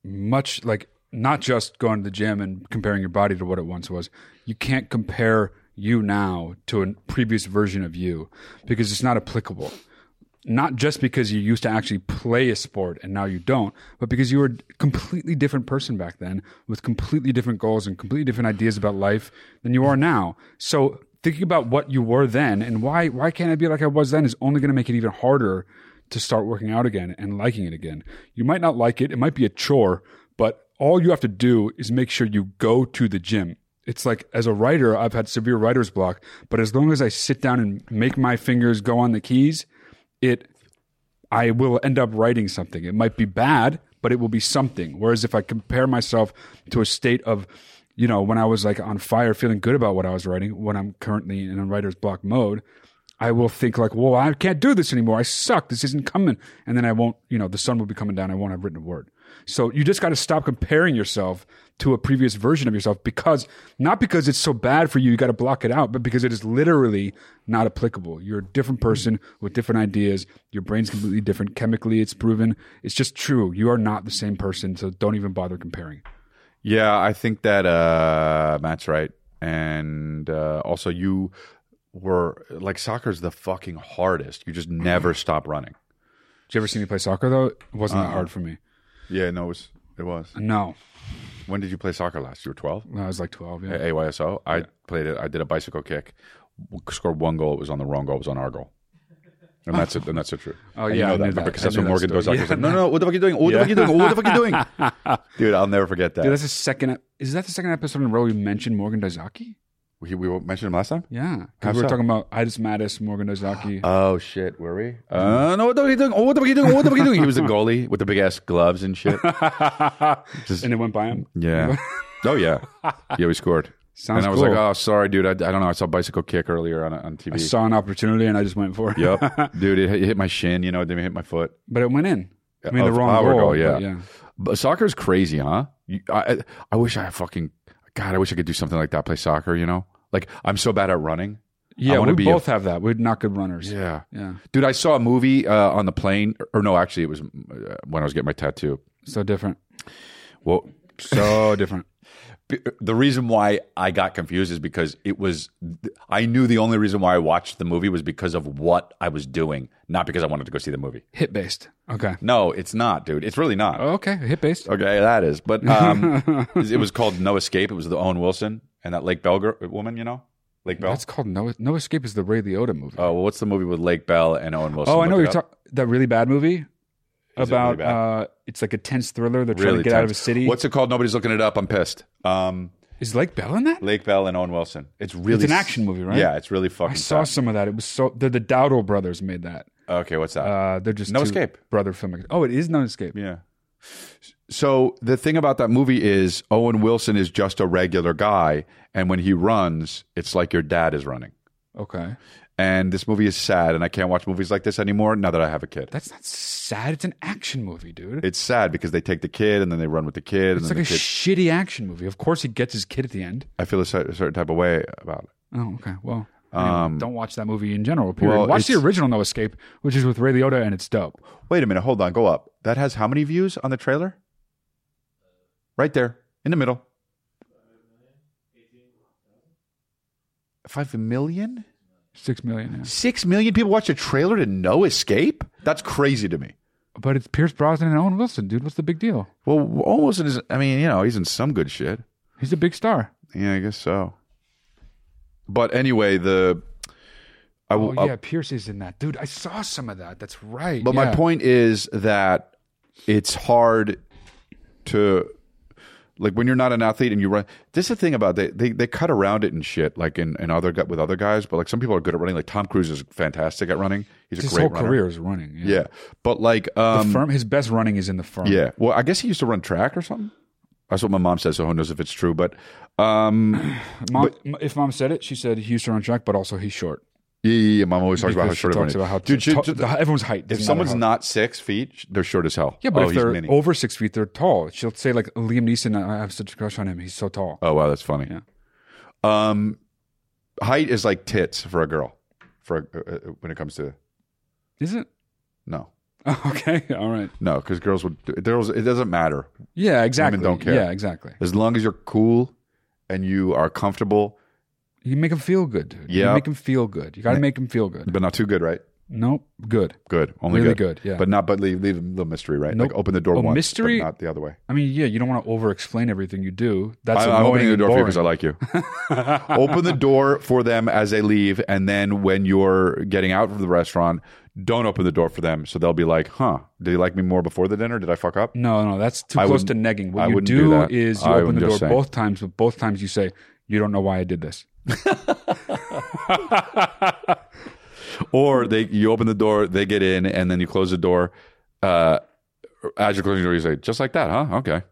[SPEAKER 1] much like not just going to the gym and comparing your body to what it once was you can't compare you now to a previous version of you because it's not applicable not just because you used to actually play a sport and now you don't but because you were a completely different person back then with completely different goals and completely different ideas about life than you are now so thinking about what you were then and why why can't i be like i was then is only going to make it even harder to start working out again and liking it again. You might not like it, it might be a chore, but all you have to do is make sure you go to the gym. It's like as a writer, I've had severe writer's block, but as long as I sit down and make my fingers go on the keys, it I will end up writing something. It might be bad, but it will be something. Whereas if I compare myself to a state of, you know, when I was like on fire, feeling good about what I was writing, when I'm currently in a writer's block mode, I will think like, well, I can't do this anymore. I suck. This isn't coming. And then I won't, you know, the sun will be coming down. I won't have written a word. So you just got to stop comparing yourself to a previous version of yourself because not because it's so bad for you, you got to block it out, but because it is literally not applicable. You're a different person with different ideas. Your brain's completely different. Chemically, it's proven. It's just true. You are not the same person. So don't even bother comparing.
[SPEAKER 3] Yeah, I think that uh, Matt's right, and uh, also you were like soccer's the fucking hardest. You just never stop running.
[SPEAKER 1] Did you ever see me play soccer though? It wasn't that
[SPEAKER 3] Uh-uh.
[SPEAKER 1] hard for me.
[SPEAKER 3] Yeah, no, it was. It was.
[SPEAKER 1] No.
[SPEAKER 3] When did you play soccer last? You were twelve.
[SPEAKER 1] I was like 12, Mm-hmm. yeah.
[SPEAKER 3] Uh, AYSO. I played it. I did a bicycle kick. w- Scored one goal. It was on the wrong goal. It was on our goal. And that's it. And that's the truth.
[SPEAKER 1] (laughs) Oh,
[SPEAKER 3] And
[SPEAKER 1] yeah,
[SPEAKER 3] you
[SPEAKER 1] I
[SPEAKER 3] know that,
[SPEAKER 1] knew
[SPEAKER 3] remember,
[SPEAKER 1] that.
[SPEAKER 3] because
[SPEAKER 1] I
[SPEAKER 3] that's
[SPEAKER 1] knew
[SPEAKER 3] what
[SPEAKER 1] that
[SPEAKER 3] Morgan goes.
[SPEAKER 1] story.
[SPEAKER 3] out. Goes,
[SPEAKER 1] Yeah.
[SPEAKER 3] no, no, what the fuck you doing? What the fuck you doing? What the fuck you doing?
[SPEAKER 1] (laughs)
[SPEAKER 3] Dude, I'll never forget that.
[SPEAKER 1] Dude, that's the second. Is that the second episode in a row we mentioned Morgan Dazaki?
[SPEAKER 3] We, we mentioned him last time.
[SPEAKER 1] Yeah,
[SPEAKER 3] How
[SPEAKER 1] because we were
[SPEAKER 3] so?
[SPEAKER 1] talking about Idis Mattis, Morgan Dazaki.
[SPEAKER 3] Oh shit, were we? Uh, no, what the fuck you doing? Oh, what the fuck you doing? What the fuck you doing? He was a goalie with the big ass gloves and
[SPEAKER 1] (laughs)
[SPEAKER 3] shit.
[SPEAKER 1] and it went by him.
[SPEAKER 3] Yeah. oh yeah. Yeah, we scored.
[SPEAKER 1] Sounds
[SPEAKER 3] and I was
[SPEAKER 1] cool.
[SPEAKER 3] like, oh, sorry, dude. I, I don't know. I saw bicycle kick earlier on on TV.
[SPEAKER 1] I saw an opportunity and I just went for it. (laughs)
[SPEAKER 3] yep, dude. It, hit- it hit my shin. You know, it didn't hit my foot.
[SPEAKER 1] but it went in. I mean, the
[SPEAKER 3] Of
[SPEAKER 1] wrong
[SPEAKER 3] our
[SPEAKER 1] goal.
[SPEAKER 3] yeah.
[SPEAKER 1] but yeah.
[SPEAKER 3] But soccer's crazy, huh? You, I, I I wish I fucking God. I wish I could do something like that. Play soccer. You know, like I'm so bad at running.
[SPEAKER 1] Yeah,
[SPEAKER 3] wanna
[SPEAKER 1] we
[SPEAKER 3] be a-
[SPEAKER 1] both have that. We're not good runners.
[SPEAKER 3] Yeah.
[SPEAKER 1] Yeah.
[SPEAKER 3] Dude, I saw a movie uh, on the plane, or no, actually, it was uh, when I was getting my tattoo.
[SPEAKER 1] So different.
[SPEAKER 3] Well,
[SPEAKER 1] so (laughs) different.
[SPEAKER 3] The reason why I got confused is because it was, I knew the only reason why I watched the movie was because of what I was doing, not because I wanted to go see the movie.
[SPEAKER 1] Hit based. Okay.
[SPEAKER 3] No, it's not, dude. It's really not.
[SPEAKER 1] okay, hit based.
[SPEAKER 3] Okay, that is. But
[SPEAKER 1] (laughs)
[SPEAKER 3] um, it was called No Escape. It was the Owen Wilson and that Lake Bell gir- woman, you know? Lake Bell?
[SPEAKER 1] That's called No No Escape is the Ray Liotta movie.
[SPEAKER 3] Oh, well, what's the movie with Lake Bell and Owen Wilson?
[SPEAKER 1] oh, I know
[SPEAKER 3] Look
[SPEAKER 1] you're
[SPEAKER 3] it up.
[SPEAKER 1] talking that really bad movie
[SPEAKER 3] really
[SPEAKER 1] about
[SPEAKER 3] bad?
[SPEAKER 1] uh it's like a tense thriller. They're trying
[SPEAKER 3] Really
[SPEAKER 1] to get out of a
[SPEAKER 3] tense.
[SPEAKER 1] city.
[SPEAKER 3] What's it called? Nobody's looking it up. I'm pissed. Um,
[SPEAKER 1] is Lake Bell in that?
[SPEAKER 3] Lake Bell and Owen Wilson. It's really
[SPEAKER 1] it's an action movie, right?
[SPEAKER 3] Yeah, it's really fucking.
[SPEAKER 1] I saw
[SPEAKER 3] tough.
[SPEAKER 1] some of that. It was so they're the Dowdle brothers made that.
[SPEAKER 3] Okay, what's that?
[SPEAKER 1] Uh, they're just
[SPEAKER 3] No
[SPEAKER 1] two
[SPEAKER 3] Escape.
[SPEAKER 1] brother filmmakers. Oh, it is No Escape.
[SPEAKER 3] Yeah. So the thing about that movie is Owen Wilson is just a regular guy, and when he runs, it's like your dad is running.
[SPEAKER 1] Okay.
[SPEAKER 3] And this movie is sad, and I can't watch movies like this anymore now that I have a kid.
[SPEAKER 1] That's not sad. It's an action movie, dude.
[SPEAKER 3] It's sad because they take the kid and then they run with the kid.
[SPEAKER 1] It's
[SPEAKER 3] and then
[SPEAKER 1] like a
[SPEAKER 3] the kid.
[SPEAKER 1] shitty action movie. Of course, he gets his kid at the end.
[SPEAKER 3] I feel a cer- a certain type of way about it.
[SPEAKER 1] Oh, okay. Well, anyway,
[SPEAKER 3] Um,
[SPEAKER 1] don't watch that movie in general. Period.
[SPEAKER 3] well,
[SPEAKER 1] watch the
[SPEAKER 3] it's-
[SPEAKER 1] original No Escape, which is with Ray Liotta, and it's dope.
[SPEAKER 3] Wait a minute, hold on, go up. That has how many views on the trailer? Right there, in the middle. Five million?
[SPEAKER 1] Six million. Yeah.
[SPEAKER 3] Six million people watch a trailer to No Escape? That's crazy to me.
[SPEAKER 1] But it's Pierce Brosnan and Owen Wilson, dude. What's the big deal?
[SPEAKER 3] Well, almost is. I mean, you know, he's in some good shit.
[SPEAKER 1] He's a big star.
[SPEAKER 3] Yeah, I guess so. But anyway, the I
[SPEAKER 1] Oh
[SPEAKER 3] will. I-
[SPEAKER 1] yeah, Pierce is in that, dude. I saw some of that. That's right.
[SPEAKER 3] but my
[SPEAKER 1] yeah.
[SPEAKER 3] point is that it's hard to like when you're not an athlete and you run. This is the thing about they they, they cut around it and shit like in, in other gu- with other guys. But like some people are good at running. Like Tom Cruise is fantastic at running. He's
[SPEAKER 1] his
[SPEAKER 3] a great
[SPEAKER 1] whole
[SPEAKER 3] runner.
[SPEAKER 1] career is running.
[SPEAKER 3] Yeah. but like um,
[SPEAKER 1] the firm. His best running is in the firm.
[SPEAKER 3] Yeah. Well, I guess he used to run track or something. That's what my mom says. So who knows if it's true? But um,
[SPEAKER 1] Mom, if mom said it, she said he used to run track, but also he's short.
[SPEAKER 3] yeah, yeah, yeah, mom always talks about how
[SPEAKER 1] Because she
[SPEAKER 3] short everyone
[SPEAKER 1] talks
[SPEAKER 3] is.
[SPEAKER 1] about how-
[SPEAKER 3] Dude, she-
[SPEAKER 1] to-
[SPEAKER 3] just-
[SPEAKER 1] the- everyone's height
[SPEAKER 3] If
[SPEAKER 1] doesn't matter
[SPEAKER 3] someone's
[SPEAKER 1] how-
[SPEAKER 3] not six feet, sh- they're short as hell.
[SPEAKER 1] Yeah, but
[SPEAKER 3] oh,
[SPEAKER 1] if
[SPEAKER 3] he's
[SPEAKER 1] they're
[SPEAKER 3] mini.
[SPEAKER 1] over six feet, they're tall. She'll say like Liam Neeson. I have such a crush on him. He's so tall.
[SPEAKER 3] oh wow, that's funny. Um, height is like tits for a girl. For a, uh, uh, when it comes to
[SPEAKER 1] Is it? (laughs)
[SPEAKER 3] no,
[SPEAKER 1] Okay. All right.
[SPEAKER 3] no, because girls would girls. It doesn't matter.
[SPEAKER 1] Yeah. Exactly.
[SPEAKER 3] Women don't care.
[SPEAKER 1] Yeah. Exactly.
[SPEAKER 3] As long as you're cool and you are comfortable,
[SPEAKER 1] You make him feel good, dude. You
[SPEAKER 3] Yeah.
[SPEAKER 1] make him feel good. You got to
[SPEAKER 3] Yeah.
[SPEAKER 1] make him feel good.
[SPEAKER 3] but not too good, right?
[SPEAKER 1] Nope. Good.
[SPEAKER 3] Good, only
[SPEAKER 1] Really
[SPEAKER 3] good.
[SPEAKER 1] good, yeah.
[SPEAKER 3] but not but leave leave a little mystery, right?
[SPEAKER 1] Nope.
[SPEAKER 3] Like open the door
[SPEAKER 1] Oh,
[SPEAKER 3] once,
[SPEAKER 1] mystery?
[SPEAKER 3] but not the other way.
[SPEAKER 1] I mean, yeah, you don't want to over explain everything you do. That's
[SPEAKER 3] I, I'm
[SPEAKER 1] annoying
[SPEAKER 3] opening the
[SPEAKER 1] and
[SPEAKER 3] door for you
[SPEAKER 1] boring.
[SPEAKER 3] because I like you.
[SPEAKER 1] (laughs)
[SPEAKER 3] (laughs) Open the door for them as they leave, and then when you're getting out of the restaurant, don't open the door for them. So they'll be like, "Huh? Did you like me more before the dinner? Did I fuck up?"
[SPEAKER 1] No, no, that's too
[SPEAKER 3] I
[SPEAKER 1] close to
[SPEAKER 3] wouldn't-
[SPEAKER 1] negging. What
[SPEAKER 3] I
[SPEAKER 1] you
[SPEAKER 3] wouldn't
[SPEAKER 1] do,
[SPEAKER 3] do that.
[SPEAKER 1] is you
[SPEAKER 3] I
[SPEAKER 1] open
[SPEAKER 3] am
[SPEAKER 1] the door
[SPEAKER 3] just saying.
[SPEAKER 1] both times, but both times you say, "You don't know why I did this."
[SPEAKER 3] Or they you open the door, they get in, and then you close the door. Uh, as you're closing the door, you say, "Just like that, huh? Okay."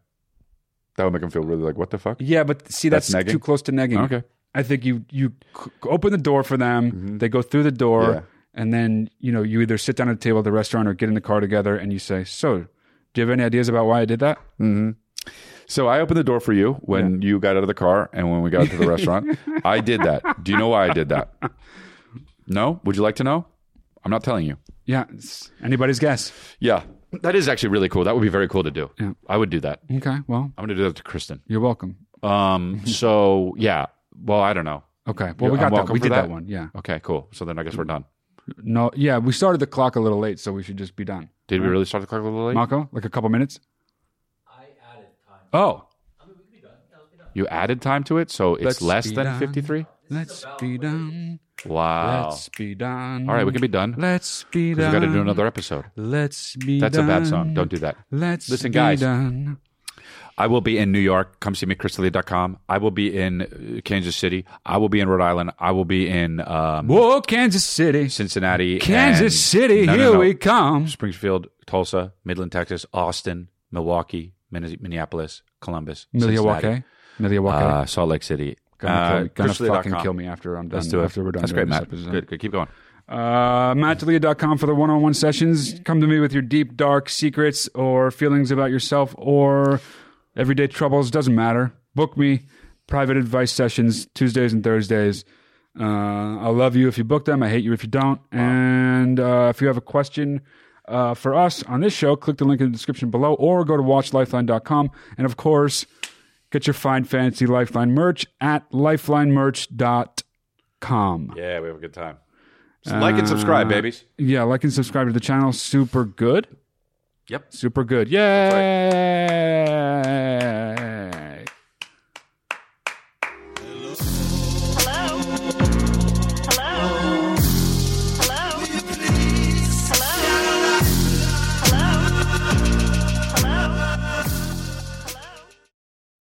[SPEAKER 3] That would make them feel really like, "What the fuck?"
[SPEAKER 1] Yeah, but see, that's,
[SPEAKER 3] That's negging?
[SPEAKER 1] too close to negging.
[SPEAKER 3] Okay. Mm-hmm.
[SPEAKER 1] I think you you c- open the door for them. They go through the door,
[SPEAKER 3] Yeah.
[SPEAKER 1] and then you know you either sit down at the table at the restaurant or get in the car together, and you say, "So, do you have any ideas about why I did that?"
[SPEAKER 3] hmm So I opened the door for you when you got out of the car and when we got to the
[SPEAKER 1] (laughs)
[SPEAKER 3] restaurant. I did that. Do you know why I did that? No? Would you like to know? I'm not telling you.
[SPEAKER 1] Yeah, it's anybody's guess.
[SPEAKER 3] Yeah. That is actually really cool. That would be very cool to do.
[SPEAKER 1] Yeah.
[SPEAKER 3] I would do that.
[SPEAKER 1] Okay, well,
[SPEAKER 3] I'm going to do that to Kristen.
[SPEAKER 1] you're welcome.
[SPEAKER 3] Um, so, yeah. Well, I don't know.
[SPEAKER 1] Okay, well, we
[SPEAKER 3] I'm
[SPEAKER 1] got that.
[SPEAKER 3] welcome
[SPEAKER 1] We
[SPEAKER 3] for
[SPEAKER 1] did that? one. Yeah.
[SPEAKER 3] Okay, cool. So then I guess we're done.
[SPEAKER 1] No, yeah, we started the clock a little late, so we should just be done.
[SPEAKER 3] Did we really start the clock a little late?
[SPEAKER 1] Marco, like a couple minutes. I added time. Oh,
[SPEAKER 3] You added time to it, so it's
[SPEAKER 1] Let's
[SPEAKER 3] less
[SPEAKER 1] be
[SPEAKER 3] than
[SPEAKER 1] done.
[SPEAKER 3] 53?
[SPEAKER 1] let's be done.
[SPEAKER 3] Wow.
[SPEAKER 1] Let's be done.
[SPEAKER 3] Oh. All right, we can be done.
[SPEAKER 1] Let's be
[SPEAKER 3] 'Cause we
[SPEAKER 1] done.
[SPEAKER 3] got to do another episode.
[SPEAKER 1] Let's be
[SPEAKER 3] That's a
[SPEAKER 1] done.
[SPEAKER 3] bad song. Don't do that.
[SPEAKER 1] Let's
[SPEAKER 3] Listen,
[SPEAKER 1] be
[SPEAKER 3] guys.
[SPEAKER 1] done.
[SPEAKER 3] I will be in New York. Come see me, chrisley.com. I will be in uh, Kansas City. I will be in Rhode Island. I will be in um,
[SPEAKER 1] Whoa, Kansas City.
[SPEAKER 3] Cincinnati.
[SPEAKER 1] Kansas
[SPEAKER 3] and-
[SPEAKER 1] City,
[SPEAKER 3] No, no,
[SPEAKER 1] here
[SPEAKER 3] no.
[SPEAKER 1] we come.
[SPEAKER 3] Springfield, Tulsa, Midland, Texas, Austin, Milwaukee, Minne- Minneapolis, Columbus,
[SPEAKER 1] Milwaukee.
[SPEAKER 3] Cincinnati,
[SPEAKER 1] Milwaukee.
[SPEAKER 3] uh, Salt Lake City. Uh,
[SPEAKER 1] Gonna kill me. Gonna
[SPEAKER 3] chrisley.com.
[SPEAKER 1] fucking kill me after I'm done-
[SPEAKER 3] Let's do it.
[SPEAKER 1] after we're done
[SPEAKER 3] That's
[SPEAKER 1] doing
[SPEAKER 3] great,
[SPEAKER 1] this
[SPEAKER 3] Matt.
[SPEAKER 1] episode.
[SPEAKER 3] Good, good. Keep going.
[SPEAKER 1] Uh, MattDelia.com for the one on one sessions. Come to me with your deep, dark secrets or feelings about yourself or everyday troubles. Doesn't matter. Book me. Private advice sessions Tuesdays and Thursdays. Uh, I'll love you if you book them. I hate you if you don't. And uh, if you have a question uh, for us on this show, click the link in the description below or go to watchlifeline.com. And of course, get your fine fantasy Lifeline merch at lifelinemerch.com.
[SPEAKER 3] Yeah, we have a good time. like and subscribe,
[SPEAKER 1] Uh,
[SPEAKER 3] babies.
[SPEAKER 1] Yeah, like and subscribe to the channel. Super good.
[SPEAKER 3] Yep.
[SPEAKER 1] Super good. Yeah.